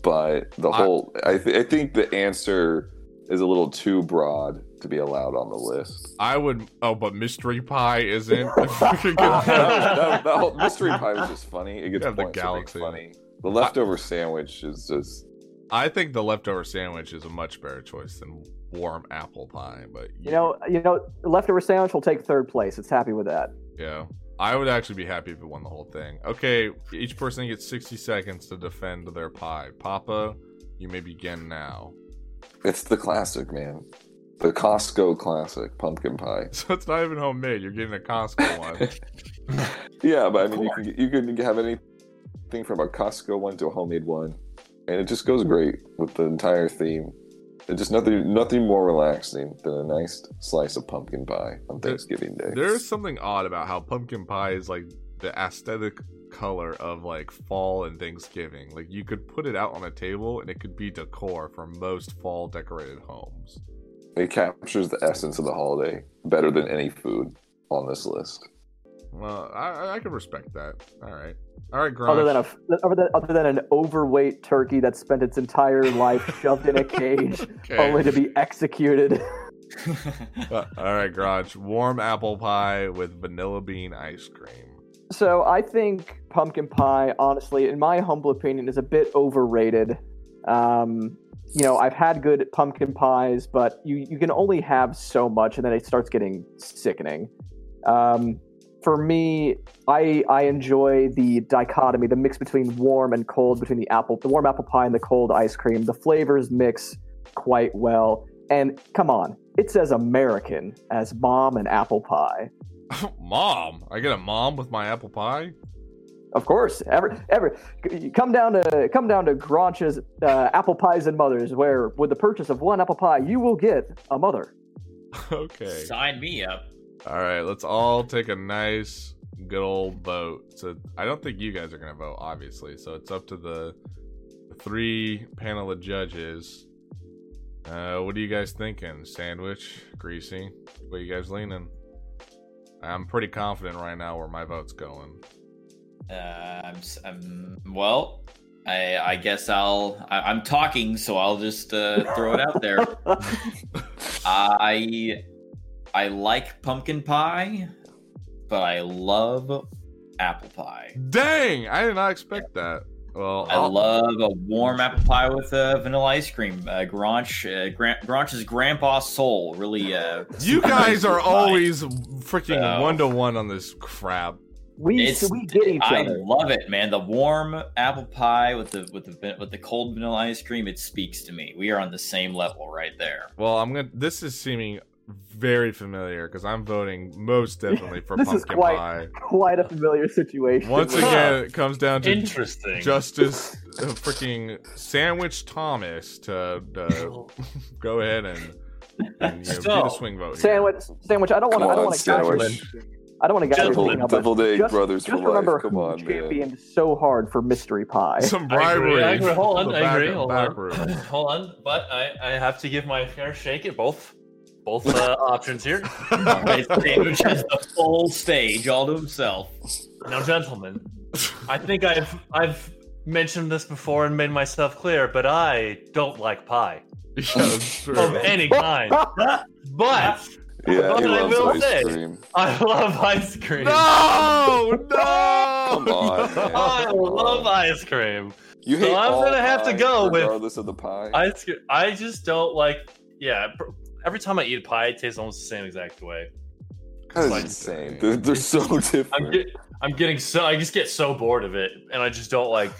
[SPEAKER 2] but the
[SPEAKER 1] I-
[SPEAKER 2] whole I, th- I think the answer is a little too broad to be allowed on the list.
[SPEAKER 1] I would. Oh, but mystery pie isn't. Fucking
[SPEAKER 2] that,
[SPEAKER 1] good.
[SPEAKER 2] that- that whole mystery pie was just funny. It gets
[SPEAKER 1] You have the
[SPEAKER 2] points for
[SPEAKER 1] galaxy.
[SPEAKER 2] being funny. The leftover sandwich is just
[SPEAKER 1] I think the leftover sandwich is a much better choice than warm apple pie. But
[SPEAKER 3] you know, you know, leftover sandwich will take third place. It's happy with that.
[SPEAKER 1] yeah, I would actually be happy if it won the whole thing. Okay, each person gets sixty seconds to defend their pie. Papa, you may begin now.
[SPEAKER 2] it's the classic, man. The Costco classic pumpkin pie.
[SPEAKER 1] So it's not even homemade. You're getting a Costco one.
[SPEAKER 2] Yeah, but I mean, you can you can have anything from a Costco one to a homemade one, and it just goes great with the entire theme. It's just nothing nothing more relaxing than a nice slice of pumpkin pie on
[SPEAKER 1] There-
[SPEAKER 2] Thanksgiving Day.
[SPEAKER 1] There's something odd about how pumpkin pie is like the aesthetic color of like fall and Thanksgiving. Like you could put it out on a table and it could be decor for most fall decorated homes.
[SPEAKER 2] it captures the essence of the holiday better than any food on this list.
[SPEAKER 1] Well, I- I, I can respect that. All right, all right, Grunge.
[SPEAKER 3] Other than a other than, other than an overweight turkey that spent its entire life shoved in a cage,
[SPEAKER 1] okay.
[SPEAKER 3] only to be executed.
[SPEAKER 1] Uh, all right, Garage. Warm apple pie with vanilla bean ice cream.
[SPEAKER 3] So I think pumpkin pie, honestly, in my humble opinion, is a bit overrated. Um, you know, I've had good pumpkin pies, but you, you can only have so much, and then it starts getting sickening. Um, for me, I I enjoy the dichotomy, the mix between warm and cold, between the apple, the warm apple pie and the cold ice cream. The flavors mix quite well. And come on, it's as American as mom and apple pie.
[SPEAKER 1] mom, I get a mom with my apple pie.
[SPEAKER 3] Of course, ever ever you come down to come down to Granch's uh, apple pies and mothers, where with the purchase of one apple pie, you will get a mother.
[SPEAKER 1] okay.
[SPEAKER 6] Sign me up.
[SPEAKER 1] All right, let's all take a nice, good old vote. So I don't think you guys are gonna vote, obviously. So it's up to the three panel of judges. Uh, what are you guys thinking? Sandwich, greasy. What are you guys leaning? I'm pretty confident right now where my vote's going.
[SPEAKER 6] Uh, I'm, s am well. I, I guess I'll. I, I'm talking, so I'll just uh, throw it out there. I I like pumpkin pie, but I love apple pie.
[SPEAKER 1] Dang, I did not expect that. Well,
[SPEAKER 6] I love a warm apple pie with uh, vanilla ice cream. Uh, Granch, uh, Gran- Granch's grandpa soul really. Uh,
[SPEAKER 1] You guys are
[SPEAKER 6] Pie.
[SPEAKER 1] always freaking
[SPEAKER 6] So-
[SPEAKER 1] one to one on this crap.
[SPEAKER 3] We
[SPEAKER 6] It's-
[SPEAKER 3] we get each
[SPEAKER 6] I
[SPEAKER 3] other.
[SPEAKER 6] love it, man. The warm apple pie with the with the van- with the cold vanilla ice cream. It speaks to me. We are on the same level right there.
[SPEAKER 1] Well, I'm gonna. This is seeming very familiar because I'm voting most definitely for
[SPEAKER 3] This
[SPEAKER 1] pumpkin
[SPEAKER 3] is quite-
[SPEAKER 1] pie.
[SPEAKER 3] Quite a familiar situation.
[SPEAKER 1] Once
[SPEAKER 5] Huh.
[SPEAKER 1] again, it comes down to
[SPEAKER 5] Interesting.
[SPEAKER 1] Justice uh, freaking Sandwich Thomas to uh, go ahead and, and you know, be the
[SPEAKER 5] So,
[SPEAKER 1] swing vote. here.
[SPEAKER 3] sandwich, sandwich. I don't want to.
[SPEAKER 2] Come
[SPEAKER 3] I don't
[SPEAKER 2] on,
[SPEAKER 3] want to
[SPEAKER 2] sandwich.
[SPEAKER 3] I don't want to guys
[SPEAKER 5] Gentlemen,
[SPEAKER 3] being up.
[SPEAKER 2] Deviled egg
[SPEAKER 3] Just-
[SPEAKER 2] brothers
[SPEAKER 3] Just
[SPEAKER 2] for life.
[SPEAKER 3] remember
[SPEAKER 2] Come
[SPEAKER 3] who
[SPEAKER 2] on, man.
[SPEAKER 3] championed so hard for mystery pie.
[SPEAKER 1] Some
[SPEAKER 5] I
[SPEAKER 1] bribery.
[SPEAKER 5] agree, I agree. Hold
[SPEAKER 1] from
[SPEAKER 5] on,
[SPEAKER 1] the
[SPEAKER 5] I
[SPEAKER 1] back-
[SPEAKER 5] agree. Hold
[SPEAKER 1] back
[SPEAKER 5] on.
[SPEAKER 1] room.
[SPEAKER 5] hold on, but I, I have to give my fair shake at both both uh, options here.
[SPEAKER 6] All right, Sandwich has the full stage all to himself.
[SPEAKER 5] Now, gentlemen, I think I've I've mentioned this before and made myself clear, but I don't like pie
[SPEAKER 1] Yeah, that's true.
[SPEAKER 5] of any kind. but
[SPEAKER 2] Yeah, he
[SPEAKER 5] But I
[SPEAKER 2] loves
[SPEAKER 5] will
[SPEAKER 2] ice
[SPEAKER 5] say-
[SPEAKER 2] cream.
[SPEAKER 5] I love ice cream.
[SPEAKER 1] No, no.
[SPEAKER 2] Come on, man.
[SPEAKER 5] I love ice cream.
[SPEAKER 2] You
[SPEAKER 5] So
[SPEAKER 2] hate
[SPEAKER 5] I'm
[SPEAKER 2] all
[SPEAKER 5] gonna have to
[SPEAKER 2] pie,
[SPEAKER 5] go with-
[SPEAKER 2] regardless of the pie.
[SPEAKER 5] Ice cream. I just don't like. Yeah. pr- Every time I eat pie, it tastes almost the same exact way.
[SPEAKER 2] That is
[SPEAKER 5] like-
[SPEAKER 2] insane. They're, they're so
[SPEAKER 5] I'm
[SPEAKER 2] different.
[SPEAKER 5] get, I'm getting so I just get so bored of it, and I just don't like.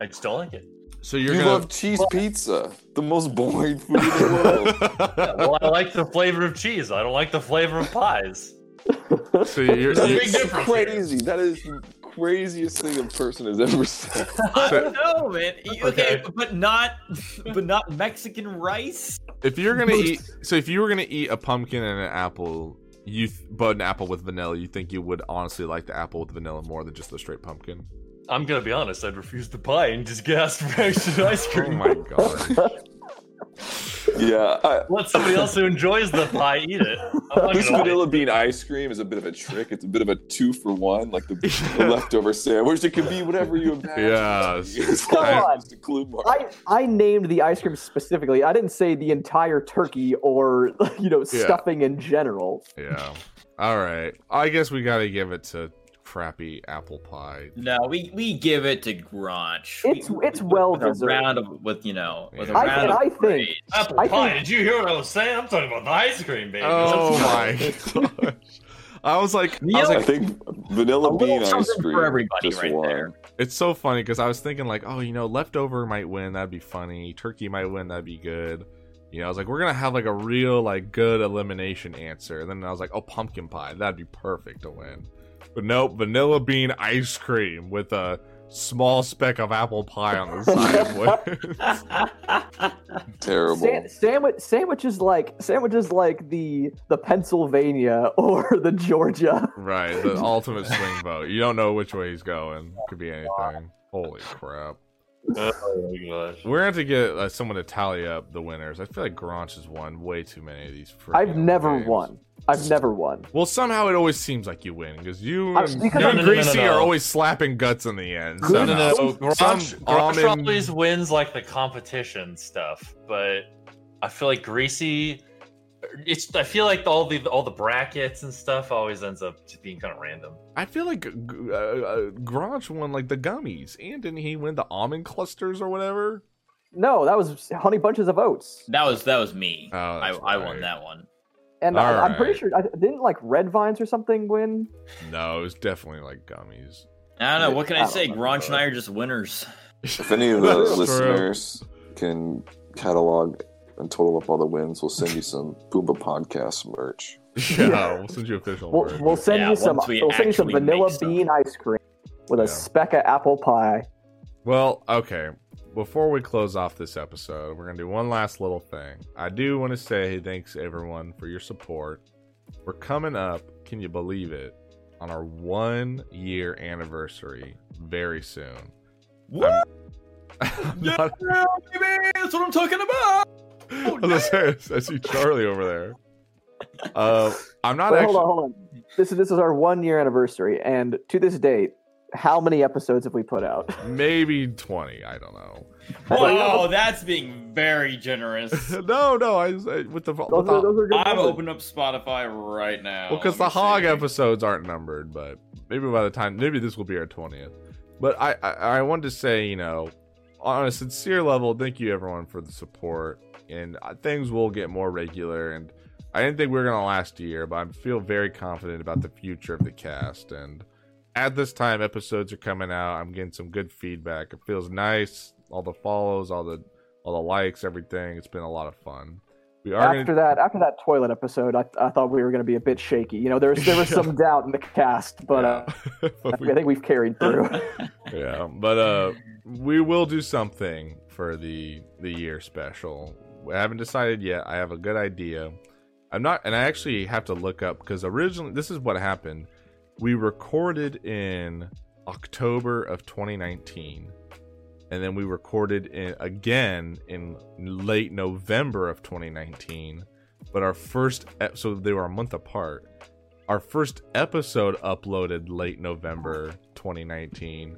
[SPEAKER 5] I just don't like it.
[SPEAKER 1] So you're
[SPEAKER 2] You
[SPEAKER 1] gonna
[SPEAKER 2] love cheese pizza, the most boring food in the world.
[SPEAKER 5] Yeah, well, I like the flavor of cheese. I don't like the flavor of pies.
[SPEAKER 1] so you're,
[SPEAKER 5] It's a
[SPEAKER 1] you
[SPEAKER 5] big difference here.
[SPEAKER 2] crazy. That is the craziest thing a person has ever said.
[SPEAKER 6] I don't know, man. You- Okay,
[SPEAKER 5] Okay.
[SPEAKER 6] but not, but not Mexican rice.
[SPEAKER 1] if you're gonna eat so if you were gonna eat a pumpkin and an apple you th- but an apple with vanilla you think you would honestly like the apple with vanilla more than just the straight pumpkin
[SPEAKER 5] I'm gonna be honest. I'd refuse the pie and just get asked for extra ice
[SPEAKER 1] oh
[SPEAKER 5] cream.
[SPEAKER 1] my god
[SPEAKER 2] Yeah, I,
[SPEAKER 5] Let somebody else who enjoys the pie eat it. I'm not
[SPEAKER 2] this
[SPEAKER 5] gonna lie.
[SPEAKER 2] vanilla bean ice cream is a bit of a trick. It's a bit of a two for one, like the, the leftover sandwich. It could be whatever you imagine.
[SPEAKER 1] Yes.
[SPEAKER 2] It's
[SPEAKER 3] Come
[SPEAKER 2] like
[SPEAKER 3] on.
[SPEAKER 2] just a clue mark.
[SPEAKER 3] I, I named the ice cream specifically. I didn't say the entire turkey or you know stuffing in general.
[SPEAKER 1] yeah all right i guess we gotta give it to crappy apple pie
[SPEAKER 6] No, we we give it to Grunch.
[SPEAKER 3] It's-
[SPEAKER 6] We-
[SPEAKER 3] it's well
[SPEAKER 6] with a
[SPEAKER 3] deserved.
[SPEAKER 6] round of with you know with a
[SPEAKER 1] Yeah. I-
[SPEAKER 6] round
[SPEAKER 3] and
[SPEAKER 6] of Uh,
[SPEAKER 3] I think-
[SPEAKER 6] praise.
[SPEAKER 5] Apple
[SPEAKER 3] I
[SPEAKER 5] pie.
[SPEAKER 3] think-
[SPEAKER 5] Did you hear what I was saying? I'm talking about the ice cream, baby.
[SPEAKER 1] oh
[SPEAKER 5] That's-
[SPEAKER 1] my gosh i was like i
[SPEAKER 6] Yeah.
[SPEAKER 1] was
[SPEAKER 2] I
[SPEAKER 1] like
[SPEAKER 2] think vanilla
[SPEAKER 6] A little
[SPEAKER 2] bean ice
[SPEAKER 6] something for
[SPEAKER 2] cream.
[SPEAKER 6] everybody
[SPEAKER 2] just
[SPEAKER 6] right
[SPEAKER 2] one.
[SPEAKER 6] there.
[SPEAKER 1] It's so funny because I was thinking like, oh, you know, leftover might win, that'd be funny. Turkey might win, that'd be good. You know, I was like, we're gonna have like a real like good elimination answer. And then I was like, oh, pumpkin pie, that'd be perfect to win. But nope, vanilla bean ice cream with a small speck of apple pie on the side.
[SPEAKER 2] Terrible.
[SPEAKER 3] Sa- sandwich sandwich is like sandwich is like the the Pennsylvania or the Georgia.
[SPEAKER 1] right, the ultimate swing vote. You don't know which way he's going. Could be anything. Holy crap.
[SPEAKER 5] Oh my gosh.
[SPEAKER 1] We're gonna have to get uh, someone to tally up the winners. I feel like Granch has won way too many of these. freaking
[SPEAKER 3] I've never
[SPEAKER 1] games.
[SPEAKER 3] won. I've never won.
[SPEAKER 1] Well, somehow it always seems like you win because you
[SPEAKER 3] I-
[SPEAKER 1] and,
[SPEAKER 3] Uh, because
[SPEAKER 1] you
[SPEAKER 5] No,
[SPEAKER 1] and
[SPEAKER 5] no, no, no,
[SPEAKER 1] Greasy
[SPEAKER 5] no.
[SPEAKER 1] are always slapping guts in the end.
[SPEAKER 3] No,
[SPEAKER 5] No,
[SPEAKER 1] somehow.
[SPEAKER 5] no, no. Garage,
[SPEAKER 1] Some
[SPEAKER 5] garage
[SPEAKER 1] almond-
[SPEAKER 5] always wins like the competition stuff, but I feel like Greasy it's. I feel like all the all the brackets and stuff always ends up just being kind of random.
[SPEAKER 1] I feel like uh, uh, Granch won like the gummies, and didn't he win the almond clusters or whatever?
[SPEAKER 3] No, that was honey bunches of oats,
[SPEAKER 6] That was that was me.
[SPEAKER 1] Oh,
[SPEAKER 6] I,
[SPEAKER 1] that's
[SPEAKER 6] I
[SPEAKER 1] right.
[SPEAKER 6] won that one.
[SPEAKER 3] and I, I'm pretty
[SPEAKER 1] Alright.
[SPEAKER 3] sure I didn't like red vines or something win.
[SPEAKER 1] No, it was definitely like gummies.
[SPEAKER 6] I don't know. What can
[SPEAKER 3] I
[SPEAKER 6] I
[SPEAKER 3] don't
[SPEAKER 6] say?
[SPEAKER 3] remember
[SPEAKER 6] Granch and
[SPEAKER 3] that.
[SPEAKER 6] I are just winners.
[SPEAKER 2] If any of the
[SPEAKER 1] That's true.
[SPEAKER 2] listeners can catalog and total up all the wins, we'll send you some Boomba podcast merch.
[SPEAKER 1] Yeah, we'll send you official.
[SPEAKER 3] We'll,
[SPEAKER 1] merch.
[SPEAKER 3] we'll send
[SPEAKER 6] Yeah,
[SPEAKER 3] you some.
[SPEAKER 6] once we
[SPEAKER 3] we'll send you some
[SPEAKER 6] actually
[SPEAKER 3] vanilla
[SPEAKER 6] make some.
[SPEAKER 3] bean ice cream with
[SPEAKER 1] Yeah.
[SPEAKER 3] a speck of apple pie.
[SPEAKER 1] Well, okay. Before we close off this episode, we're going to do one last little thing. I do want to say thanks everyone for your support. We're coming up, can you believe it, on our 1 year anniversary very soon.
[SPEAKER 6] What?
[SPEAKER 1] I'm
[SPEAKER 6] Yeah,
[SPEAKER 1] not-
[SPEAKER 6] baby, that's what I'm talking about. Oh,
[SPEAKER 1] I was gonna say, I see Charlie over there. Uh, I'm not
[SPEAKER 3] Wait,
[SPEAKER 1] actually
[SPEAKER 3] hold on, hold on. This is this is our one year anniversary, and to this date, how many episodes have we put out?
[SPEAKER 1] maybe 20, I don't know.
[SPEAKER 6] Whoa, Oh, that's being very generous.
[SPEAKER 1] no, no, I, I with the, with
[SPEAKER 3] Those
[SPEAKER 1] the
[SPEAKER 3] are, those are good.
[SPEAKER 6] I'm
[SPEAKER 3] numbers.
[SPEAKER 6] opening up Spotify right now.
[SPEAKER 1] Well, because the
[SPEAKER 6] Let me
[SPEAKER 1] hog
[SPEAKER 6] see.
[SPEAKER 1] episodes aren't numbered, but maybe by the time, maybe this will be our twentieth. But I, I, I wanted to say, you know, on a sincere level, thank you everyone for the support, and uh, things will get more regular. And I didn't think we were gonna last a year, but I feel very confident about the future of the cast. And at this time, episodes are coming out. I'm getting some good feedback. It feels nice. All the follows, all the all the likes, everything. It's been a lot of fun. We are gonna
[SPEAKER 3] After that, after that toilet episode, I, I thought we were going to be a bit shaky. You know, there was there was some doubt in the cast, but uh,
[SPEAKER 1] Yeah. But we-
[SPEAKER 3] I think we've carried through.
[SPEAKER 1] yeah but uh we will do something for the the year special i haven't decided yet i have a good idea i'm not and i actually have to look up because originally this is what happened we recorded in october of 2019 and then we recorded in, again in late november of 2019 but our first ep- so they were a month apart our first episode uploaded late november 2019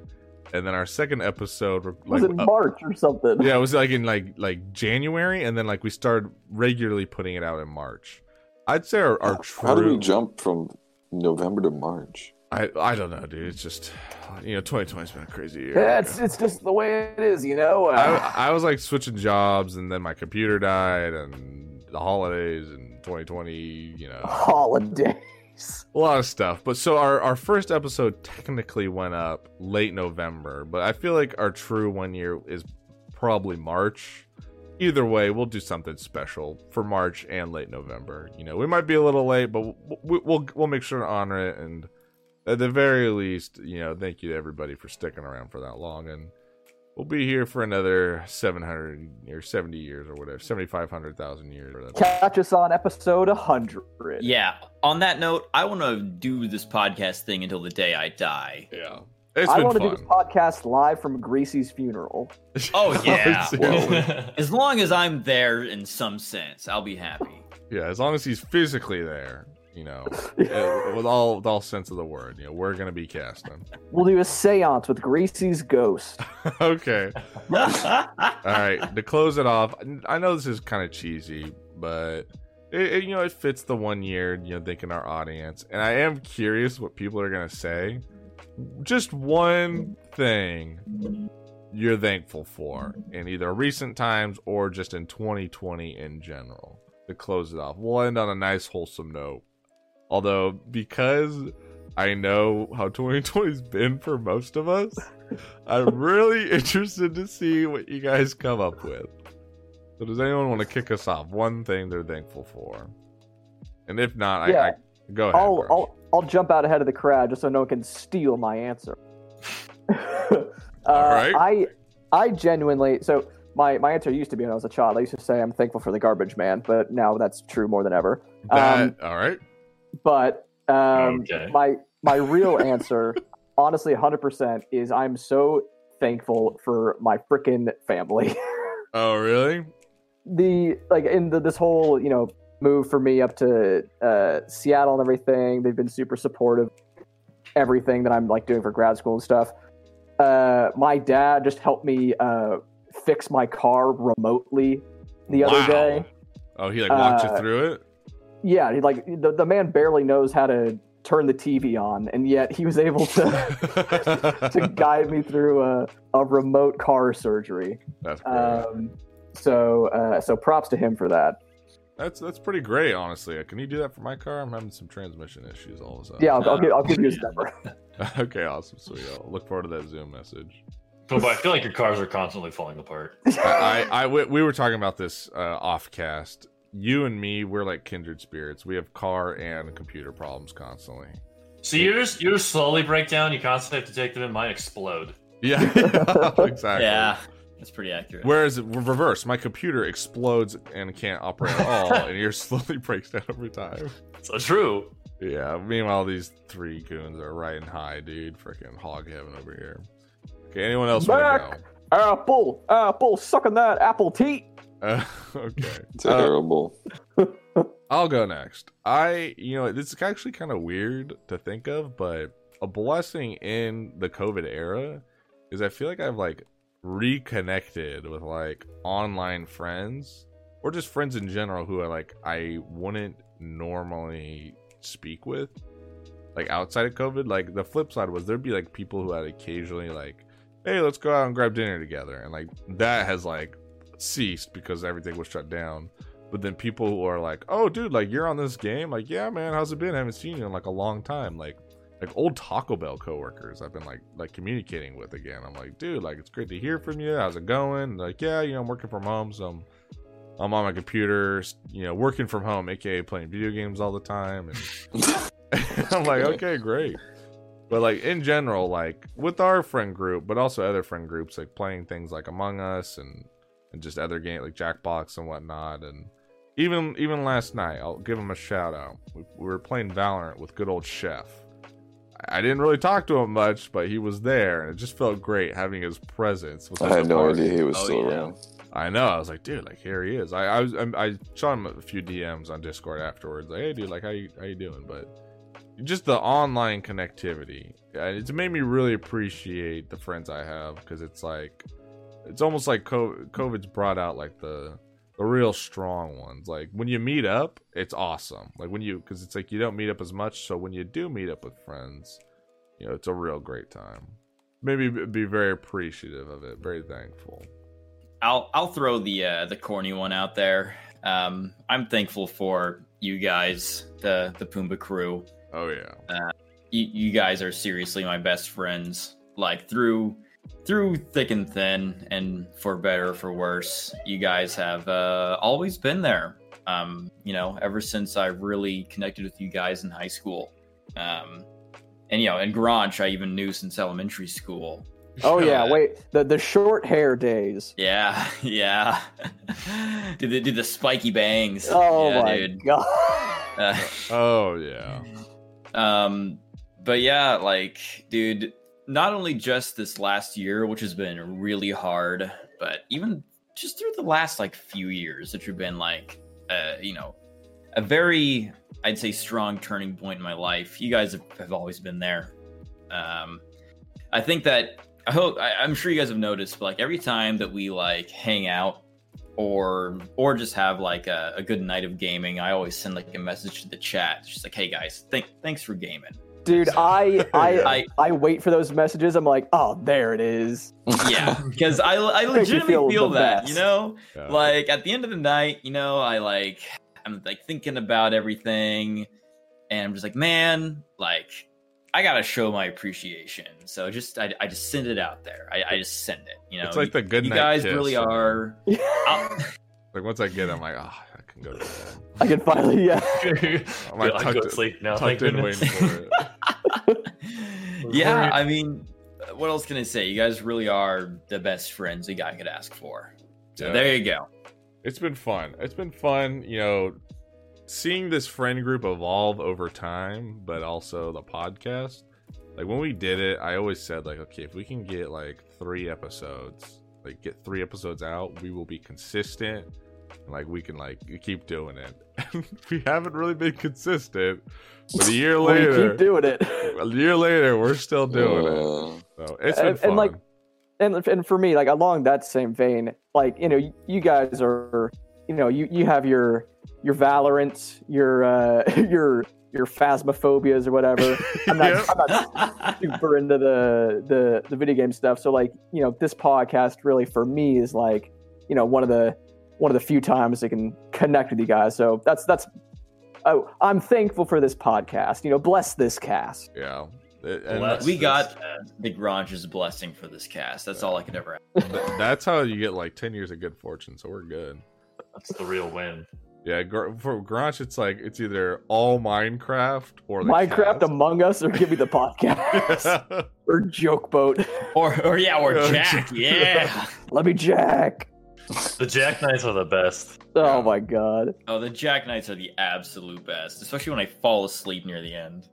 [SPEAKER 1] and then our second episode were,
[SPEAKER 3] was
[SPEAKER 1] like
[SPEAKER 3] in
[SPEAKER 1] up-
[SPEAKER 3] March or something.
[SPEAKER 1] uh, yeah, it was like in like like January, and then like we started regularly putting it out in March. I'd say our, our true.
[SPEAKER 2] How do we jump from November to March?
[SPEAKER 1] I I don't know, dude. It's just you know, 2020's been a crazy year.
[SPEAKER 3] Yeah, it's it's just the way it is, you know. Uh,
[SPEAKER 1] I I was like switching jobs, and then my computer died, and the holidays, and 2020. You know,
[SPEAKER 3] holidays.
[SPEAKER 1] a lot of stuff. But so our our first episode technically went up late November, but I feel like our true one year is probably March. Either way, we'll do something special for March and late November. You know, we might be a little late, but we'll we'll, we'll make sure to honor it. And at the very least, you know, thank you to everybody for sticking around for that long. And we'll be here for another seven hundred or seventy years or whatever, seventy five hundred thousand years. Or whatever.
[SPEAKER 3] Catch us on episode hundred.
[SPEAKER 6] Yeah. On that note, I want to do this podcast thing until the day I die.
[SPEAKER 1] Yeah, it's
[SPEAKER 3] I
[SPEAKER 1] been
[SPEAKER 3] want to do
[SPEAKER 1] fun.
[SPEAKER 3] this podcast live from Greasy's funeral.
[SPEAKER 6] Oh, yeah.
[SPEAKER 1] Seriously.
[SPEAKER 6] As long as I'm there in some sense, I'll be happy.
[SPEAKER 1] Yeah, as long as he's physically there, you know, uh, with all with all sense of the word, you know, we're gonna be casting.
[SPEAKER 3] We'll do a séance with Greasy's ghost.
[SPEAKER 1] okay, all right. To close it off, I know this is kind of cheesy, but it, it, you know it fits the one year, you know, thinking our audience, and I am curious what people are gonna say. Just one thing you're thankful for in either recent times or just in 2020 in general. To close it off, we'll end on a nice wholesome note. Although, because I know how 2020's been for most of us, I'm really interested to see what you guys come up with. So, does anyone want to kick us off? One thing they're thankful for, and if not, I,
[SPEAKER 3] Yeah.
[SPEAKER 1] I go ahead.
[SPEAKER 3] I'll,
[SPEAKER 1] Bruce.
[SPEAKER 3] I'll I'll jump out ahead of the crowd just so no one can steal my answer. uh,
[SPEAKER 1] Alright.
[SPEAKER 3] I I genuinely so my my answer used to be when I was a child. I used to say I'm thankful for the garbage man, but now that's true more than ever.
[SPEAKER 1] That-
[SPEAKER 3] um,
[SPEAKER 1] all right.
[SPEAKER 3] But um,
[SPEAKER 5] Okay.
[SPEAKER 3] my my real answer, honestly, 100 percent is I'm so thankful for my frickin' family.
[SPEAKER 1] Oh, really?
[SPEAKER 3] the like in the, this whole you know move for me up to uh, Seattle and everything. They've been super supportive. Everything that I'm like doing for grad school and stuff. Uh, my dad just helped me uh, fix my car remotely the other
[SPEAKER 1] Wow.
[SPEAKER 3] day.
[SPEAKER 1] Oh, he like walked
[SPEAKER 3] Uh,
[SPEAKER 1] you through it.
[SPEAKER 3] yeah, he, like the, the man barely knows how to turn the TV on, and yet he was able to to guide me through a, a remote car surgery.
[SPEAKER 1] that's great.
[SPEAKER 3] Um, so uh, so props to him for that.
[SPEAKER 1] that's that's pretty great, honestly. Uh, Can you do that for my car? I'm having some transmission issues all of a sudden.
[SPEAKER 3] Yeah, I'll, I'll, give, I'll give you his number.
[SPEAKER 1] okay, awesome. Sweet. I'll look forward to that Zoom message.
[SPEAKER 5] Go back. I feel like your cars are constantly falling apart.
[SPEAKER 1] I, I, I we, we were talking about this uh, off cast. You and me, we're like kindred spirits. We have car and computer problems constantly.
[SPEAKER 5] So yours, yours slowly break down. You constantly have to take them in. Mine explode.
[SPEAKER 1] Yeah, exactly.
[SPEAKER 6] Yeah, that's pretty accurate.
[SPEAKER 1] Whereas re- reverse, my computer explodes and can't operate at all, and yours slowly breaks down over time.
[SPEAKER 5] So true.
[SPEAKER 1] Yeah. Meanwhile, these three goons are riding high, dude. Freaking hog heaven over here. Okay. Anyone else want to
[SPEAKER 3] Back. Apple, apple, sucking that apple tea.
[SPEAKER 1] go? Uh, okay. Uh,
[SPEAKER 2] Terrible.
[SPEAKER 1] I'll go next. I, you know, this is actually kind of weird to think of, but a blessing in the COVID era is I feel like I've like reconnected with like online friends or just friends in general who I like I wouldn't normally speak with like outside of COVID. Like the flip side was there'd be like people who I'd occasionally like, hey, let's go out and grab dinner together, and like that has like ceased because everything was shut down. But then people who are like, oh, dude, like you're on this game, like yeah, man, how's it been? I haven't seen you in like a long time, like. Like old Taco Bell coworkers, I've been like like communicating with again. I'm like, dude, like it's great to hear from you. How's it going? And like, yeah, you know, I'm working from home, so I'm I'm on my computer, s- you know, working from home, aka playing video games all the time. And I'm like, okay, great. But like in general, like with our friend group, but also other friend groups, like playing things like Among Us and and just other game like Jackbox and whatnot, and even even last night, I'll give him a shout out. We, we were playing Valorant with good old Chef. I I didn't really talk to him much, but he was there, and it just felt great having his presence. with
[SPEAKER 2] I
[SPEAKER 1] us
[SPEAKER 2] had
[SPEAKER 1] at
[SPEAKER 2] no
[SPEAKER 1] party.
[SPEAKER 2] idea he was
[SPEAKER 6] Oh,
[SPEAKER 2] still
[SPEAKER 6] yeah.
[SPEAKER 2] around.
[SPEAKER 1] I know. I was like, dude, like here he is. I I was I, I shot him a few DMs on Discord afterwards. Like, hey, dude, like how you how you doing? But just the online connectivity, uh, it's made me really appreciate the friends I have because it's like, it's almost like co- COVID's brought out like the the real strong ones. Like when you meet up, it's awesome. Like when you because it's like you don't meet up as much. So when you do meet up with friends, you know, it's a real great time. Maybe b- be very appreciative of it, very thankful.
[SPEAKER 6] I'll I'll throw the uh, the corny one out there. Um, I'm thankful for you guys, the the Pumbaa crew.
[SPEAKER 1] Oh yeah.
[SPEAKER 6] You, you guys are seriously my best friends. Like through through thick and thin, and for better or for worse, you guys have uh, always been there. Um, you know, ever since I really connected with you guys in high school, um, and you know, in Grange, I even knew since elementary school.
[SPEAKER 3] Oh yeah,
[SPEAKER 6] Uh,
[SPEAKER 3] wait, the the short hair days.
[SPEAKER 6] Yeah, yeah. do the do the spiky bangs.
[SPEAKER 3] Oh
[SPEAKER 6] yeah,
[SPEAKER 3] my
[SPEAKER 6] dude.
[SPEAKER 3] god.
[SPEAKER 6] Uh,
[SPEAKER 1] Oh yeah.
[SPEAKER 6] um, but yeah, like, dude, not only just this last year, which has been really hard, but even just through the last like few years that you've been like, uh, you know, a very, I'd say, strong turning point in my life. You guys have, have always been there. Um, I think that I hope I, I'm sure you guys have noticed, but like every time that we like hang out or or just have like a, a good night of gaming, I always send like a message to the chat, just like, hey guys, thank thanks for gaming.
[SPEAKER 3] Dude, I I,
[SPEAKER 6] I
[SPEAKER 3] I wait for those messages. I'm like, oh, there it is.
[SPEAKER 6] yeah, because I I
[SPEAKER 3] Makes you
[SPEAKER 6] legitimately
[SPEAKER 3] feel
[SPEAKER 6] feel,
[SPEAKER 3] the
[SPEAKER 6] that,
[SPEAKER 3] best.
[SPEAKER 6] you know,
[SPEAKER 1] Yeah.
[SPEAKER 6] like at the end of the night, you know, I like I'm like thinking about everything, and I'm just like, man, like. I gotta show my appreciation, so just I, I just send it out there. I, I just send it, you know.
[SPEAKER 1] it's like the
[SPEAKER 6] you,
[SPEAKER 1] good
[SPEAKER 6] you
[SPEAKER 1] night
[SPEAKER 6] guys
[SPEAKER 1] kiss.
[SPEAKER 6] really are. I'll-
[SPEAKER 1] Like once I get, it, I'm like, ah, I can go to bed.
[SPEAKER 3] I can finally yeah.
[SPEAKER 5] I'm
[SPEAKER 1] like,
[SPEAKER 5] I go
[SPEAKER 1] tucked-
[SPEAKER 5] to sleep now. Thank
[SPEAKER 1] Tucked in,
[SPEAKER 5] goodness.
[SPEAKER 1] waiting for it.
[SPEAKER 6] yeah, I mean, uh, what else can I say? You guys really are the best friends a guy could ask for. So
[SPEAKER 1] Yeah.
[SPEAKER 6] there you go.
[SPEAKER 1] It's been fun. It's been fun, you know, seeing this friend group evolve over time, but also the podcast. Like when we did it, I always said like, okay, if we can get like three episodes, like get three episodes out, we will be consistent. And, like we can like keep doing it. And we haven't really been consistent, but a year
[SPEAKER 3] We
[SPEAKER 1] later,
[SPEAKER 3] keep doing it.
[SPEAKER 1] a year later, we're still doing it.
[SPEAKER 2] Uh,
[SPEAKER 1] So it's been
[SPEAKER 3] and,
[SPEAKER 1] fun.
[SPEAKER 3] and, like and and for me like along that same vein like you know you guys are you know you, you have your your valorant your uh, your your phasmophobias or whatever I'm not,
[SPEAKER 1] Yep.
[SPEAKER 3] I'm not super into the, the the video game stuff so like you know this podcast really for me is like you know one of the one of the few times i can connect with you guys so that's that's oh i'm thankful for this podcast you know bless this cast
[SPEAKER 1] Yeah. It- and
[SPEAKER 5] Bless
[SPEAKER 6] we
[SPEAKER 5] this
[SPEAKER 6] got-
[SPEAKER 5] man.
[SPEAKER 6] Big Ronch's blessing for this cast. That's all I could ever ask.
[SPEAKER 1] th- that's how you get like 10 years of good fortune. So we're good.
[SPEAKER 5] That's the real win.
[SPEAKER 1] Yeah. Gr- for Grunch, it's like, it's either all Minecraft or the
[SPEAKER 3] minecraft
[SPEAKER 1] cast.
[SPEAKER 3] among us or give me the podcast or joke boat
[SPEAKER 6] Or, or yeah, or
[SPEAKER 1] Yeah,
[SPEAKER 6] Jack. Yeah.
[SPEAKER 3] let me jack
[SPEAKER 5] The Jack Knights are the best.
[SPEAKER 3] oh
[SPEAKER 1] Yeah.
[SPEAKER 3] my god
[SPEAKER 6] Oh, the Jack Knights are the absolute best, especially when I fall asleep near the end.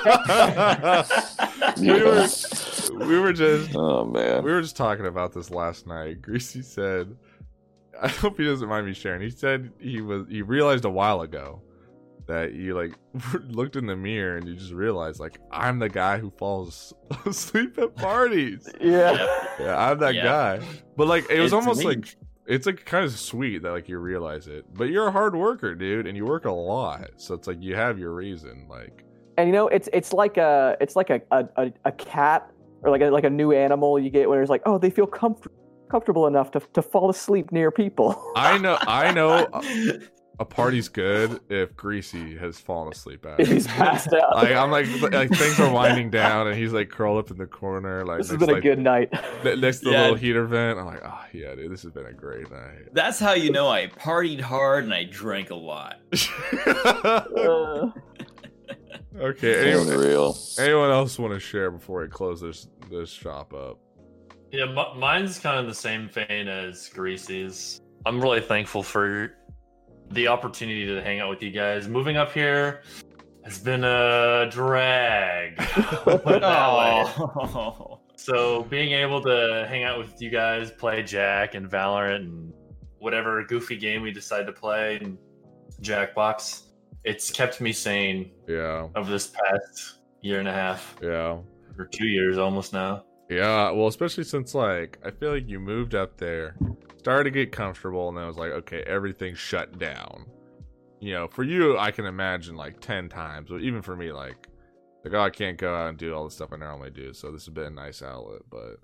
[SPEAKER 1] we were we were just
[SPEAKER 2] Uh, Oh man.
[SPEAKER 1] we were just talking about this last night. Greasy said, "I hope he doesn't mind me sharing." He said he was he realized a while ago that you like looked in the mirror and you just realized like I'm the guy who falls asleep at parties.
[SPEAKER 3] Yeah.
[SPEAKER 1] Yeah, I'm that
[SPEAKER 6] Yeah.
[SPEAKER 1] guy. But like it was
[SPEAKER 6] It's
[SPEAKER 1] almost
[SPEAKER 6] me.
[SPEAKER 1] like it's like kind of sweet that like you realize it. But you're a hard worker, dude, and you work a lot. So it's like you have your reason. Like
[SPEAKER 3] And you know, it's it's like a it's like a a, a, a cat or like a, like a new animal you get when it's like, oh, they feel comfortable comfortable enough to, to fall asleep near people.
[SPEAKER 1] I know I know a, a party's good if Greasy has fallen asleep at.
[SPEAKER 3] If
[SPEAKER 1] it.
[SPEAKER 3] he's passed out.
[SPEAKER 1] Like I'm like like things are winding down and he's like curled up in the corner like
[SPEAKER 3] this has
[SPEAKER 1] next,
[SPEAKER 3] been a
[SPEAKER 1] like,
[SPEAKER 3] good night.
[SPEAKER 1] ne- next to the
[SPEAKER 6] Yeah.
[SPEAKER 1] little heater vent. I'm like, oh yeah, dude, this has been a great night.
[SPEAKER 6] That's how you know I partied hard and I drank a lot.
[SPEAKER 3] Uh,
[SPEAKER 1] okay, anyone,
[SPEAKER 2] Unreal.
[SPEAKER 1] anyone else want to share before I close this this shop up?
[SPEAKER 5] Yeah, m- mine's kind of the same vein as Greasy's. I'm really thankful for the opportunity to hang out with you guys. Moving up here has been a drag. Put it that way.
[SPEAKER 6] Oh.
[SPEAKER 5] So being able to hang out with you guys, play Jack and Valorant and whatever goofy game we decide to play and Jackbox, it's kept me sane
[SPEAKER 1] Yeah,
[SPEAKER 5] over this past year and a half
[SPEAKER 1] yeah.
[SPEAKER 5] or two years almost now.
[SPEAKER 1] Yeah, well, especially since like I feel like you moved up there, started to get comfortable, and then it was like, okay, everything's shut down. You know, for you, I can imagine like ten times, but even for me, like, like oh, I can't go out and do all the stuff I normally do. So this has been a nice outlet, but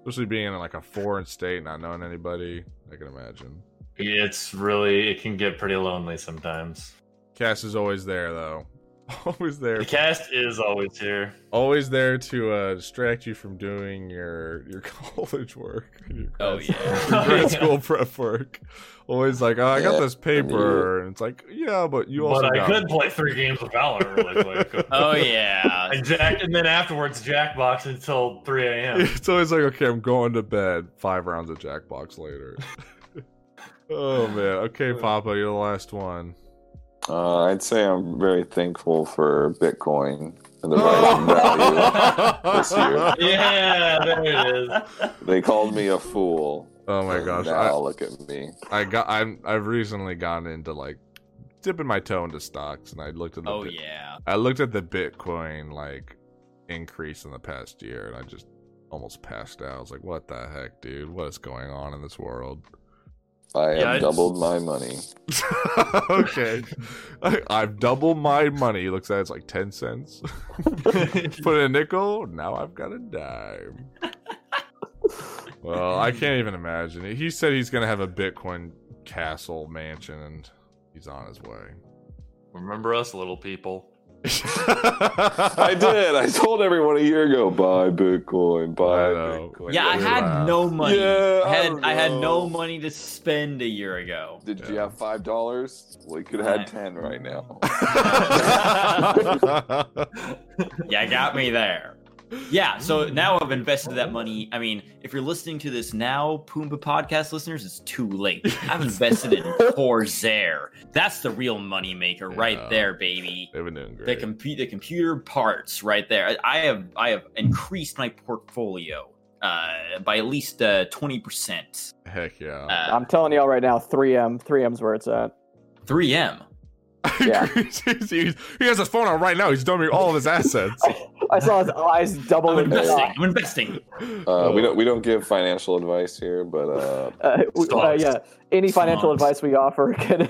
[SPEAKER 1] especially being in like a foreign state, not knowing anybody, I can imagine.
[SPEAKER 5] It's really it can get pretty lonely sometimes.
[SPEAKER 1] Cass is always there though, always there,
[SPEAKER 5] The cast is always here.
[SPEAKER 1] always there to uh, distract you from doing your your college work. Your
[SPEAKER 6] Oh,
[SPEAKER 1] grad
[SPEAKER 6] yeah.
[SPEAKER 1] for grad
[SPEAKER 5] Yeah.
[SPEAKER 1] school prep work. Always like, oh, I got
[SPEAKER 2] Yeah,
[SPEAKER 1] this paper, and it's like, yeah, but you also.
[SPEAKER 5] but I
[SPEAKER 1] got-
[SPEAKER 5] could play three games of Valorant really quick.
[SPEAKER 6] Oh, yeah.
[SPEAKER 5] And Jack, and then afterwards Jackbox until 3 a.m.
[SPEAKER 1] It's always like, okay, I'm going to bed. Five rounds of Jackbox later. oh man. Okay, Papa, you're the last one.
[SPEAKER 2] Uh, I'd say I'm very thankful for Bitcoin and the rising value. this year.
[SPEAKER 5] Yeah, there it is.
[SPEAKER 2] They called me a fool.
[SPEAKER 1] Oh my
[SPEAKER 2] and
[SPEAKER 1] gosh,
[SPEAKER 2] Now
[SPEAKER 1] I,
[SPEAKER 2] look at me.
[SPEAKER 1] I got. I'm. I've recently gotten into like dipping my toe into stocks, and I looked at the.
[SPEAKER 6] Oh,
[SPEAKER 1] Bit-
[SPEAKER 6] yeah.
[SPEAKER 1] I looked at the Bitcoin like increase in the past year, and I just almost passed out. I was like, "What the heck, dude? What is going on in this world?"
[SPEAKER 2] I have
[SPEAKER 5] Yeah, I-
[SPEAKER 2] doubled my money.
[SPEAKER 1] okay, I, I've doubled my money. He looks at it, it's like ten cents. Put in a nickel. Now I've got a dime. well, I can't even imagine. He said he's gonna have a Bitcoin castle mansion, and he's on his way.
[SPEAKER 5] Remember us, little people.
[SPEAKER 2] I did. I told everyone a year ago, buy Bitcoin, buy
[SPEAKER 1] I know.
[SPEAKER 2] Bitcoin.
[SPEAKER 6] Yeah, I
[SPEAKER 1] Wow.
[SPEAKER 6] had no money.
[SPEAKER 2] Yeah,
[SPEAKER 6] I had I had
[SPEAKER 2] know.
[SPEAKER 6] no money to spend a year ago.
[SPEAKER 2] Did you
[SPEAKER 1] Yeah.
[SPEAKER 2] have five dollars? Well, you could have had ten right now.
[SPEAKER 6] Yeah, got me there. Yeah, so now I've invested that money. I mean, if you're listening to this now, Pumbaa podcast listeners, it's too late. I've invested in Corsair. That's the real moneymaker
[SPEAKER 1] Yeah.
[SPEAKER 6] right there, baby.
[SPEAKER 1] They've been doing
[SPEAKER 6] The
[SPEAKER 1] great.
[SPEAKER 6] compute the computer parts right there. I I have I have increased my portfolio uh, by at least twenty percent.
[SPEAKER 1] Heck yeah.
[SPEAKER 6] Uh,
[SPEAKER 3] I'm telling y'all right now, 3M, 3M's where it's at.
[SPEAKER 6] 3M.
[SPEAKER 3] yeah.
[SPEAKER 6] Ah.
[SPEAKER 1] He's- he's- he has his phone out right now. He's dumping all of his assets.
[SPEAKER 3] I saw his eyes double.
[SPEAKER 2] Oh,
[SPEAKER 6] I'm
[SPEAKER 3] in
[SPEAKER 6] investing.
[SPEAKER 3] shock.
[SPEAKER 6] I'm investing.
[SPEAKER 2] Uh, we don't we don't give financial advice here, but uh,
[SPEAKER 3] Uh, we- uh,
[SPEAKER 6] Stocks.
[SPEAKER 3] yeah, any financial
[SPEAKER 6] Stocks.
[SPEAKER 3] advice we offer can,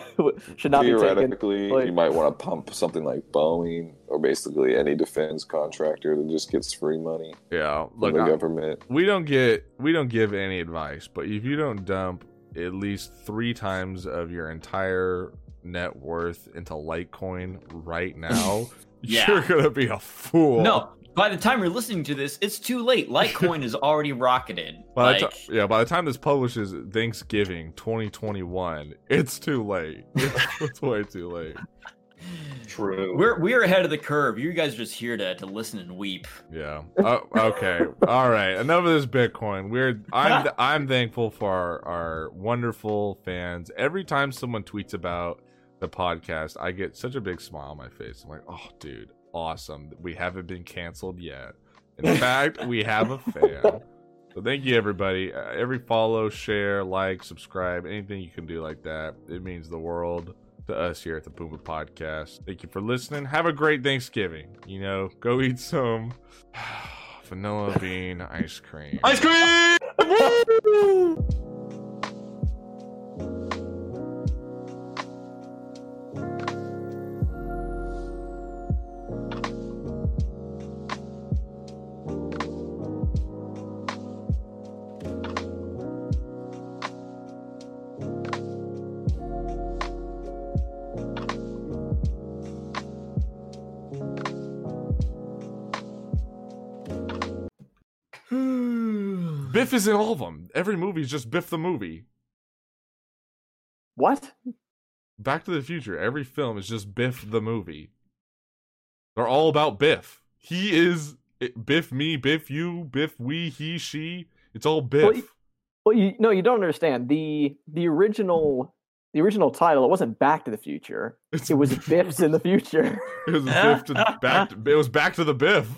[SPEAKER 3] should not be taken.
[SPEAKER 2] theoretically,
[SPEAKER 3] like-
[SPEAKER 2] you might want to pump something like Boeing or basically any defense contractor that just gets free money
[SPEAKER 1] yeah,
[SPEAKER 2] from
[SPEAKER 1] look,
[SPEAKER 2] the
[SPEAKER 1] I-
[SPEAKER 2] government.
[SPEAKER 1] we don't get we don't give any advice, but if you don't dump at least three times of your entire net worth into Litecoin right now,
[SPEAKER 6] Yeah.
[SPEAKER 1] you're gonna be a fool.
[SPEAKER 6] No, by the time you're listening to this, it's too late. Litecoin is already rocketed.
[SPEAKER 1] By
[SPEAKER 6] like,
[SPEAKER 1] the ti- yeah, by the time this publishes Thanksgiving 2021, it's too late. It's, it's way too late.
[SPEAKER 5] True.
[SPEAKER 6] we're we're ahead of the curve. You guys are just here to to listen and weep.
[SPEAKER 1] Yeah. Oh, okay. All right. Enough of this Bitcoin. We're I'm I'm thankful for our, our wonderful fans. Every time someone tweets about the podcast, I get such a big smile on my face. I'm like, oh, dude, awesome. We haven't been canceled yet. In fact, we have a fan. So thank you, everybody. Uh, every follow, share, like, subscribe, anything you can do like that, it means the world to us here at the Puma Podcast. Thank you for listening. Have a great Thanksgiving. You know, go eat some vanilla bean ice cream.
[SPEAKER 5] Ice cream.
[SPEAKER 1] Biff is in all of them. Every movie is just Biff the movie.
[SPEAKER 3] What?
[SPEAKER 1] Back to the Future. Every film is just Biff the movie. They're all about Biff. He is it- Biff me, Biff you, Biff we, he, she. It's all
[SPEAKER 3] Well,
[SPEAKER 1] Biff.
[SPEAKER 3] Well, you no, you don't understand the the original the original title. It wasn't Back to the Future.
[SPEAKER 1] It's-
[SPEAKER 3] It was Biff's in the Future.
[SPEAKER 1] It was Biff to back. To, it was back to the Biff.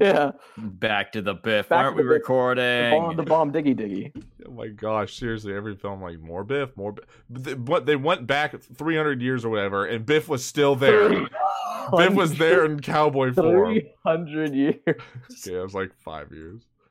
[SPEAKER 3] yeah,
[SPEAKER 6] Back to the Biff.
[SPEAKER 3] Back
[SPEAKER 6] Aren't
[SPEAKER 3] to
[SPEAKER 6] we
[SPEAKER 3] the- the
[SPEAKER 6] recording?
[SPEAKER 3] bomb, the bomb, diggy diggy.
[SPEAKER 1] Oh my gosh! Seriously, every film like more Biff, more. Biff. But they, but they went back 300 years or whatever, and Biff was still there. Biff was there in cowboy form.
[SPEAKER 3] Three hundred years.
[SPEAKER 1] Yeah, it was like five years.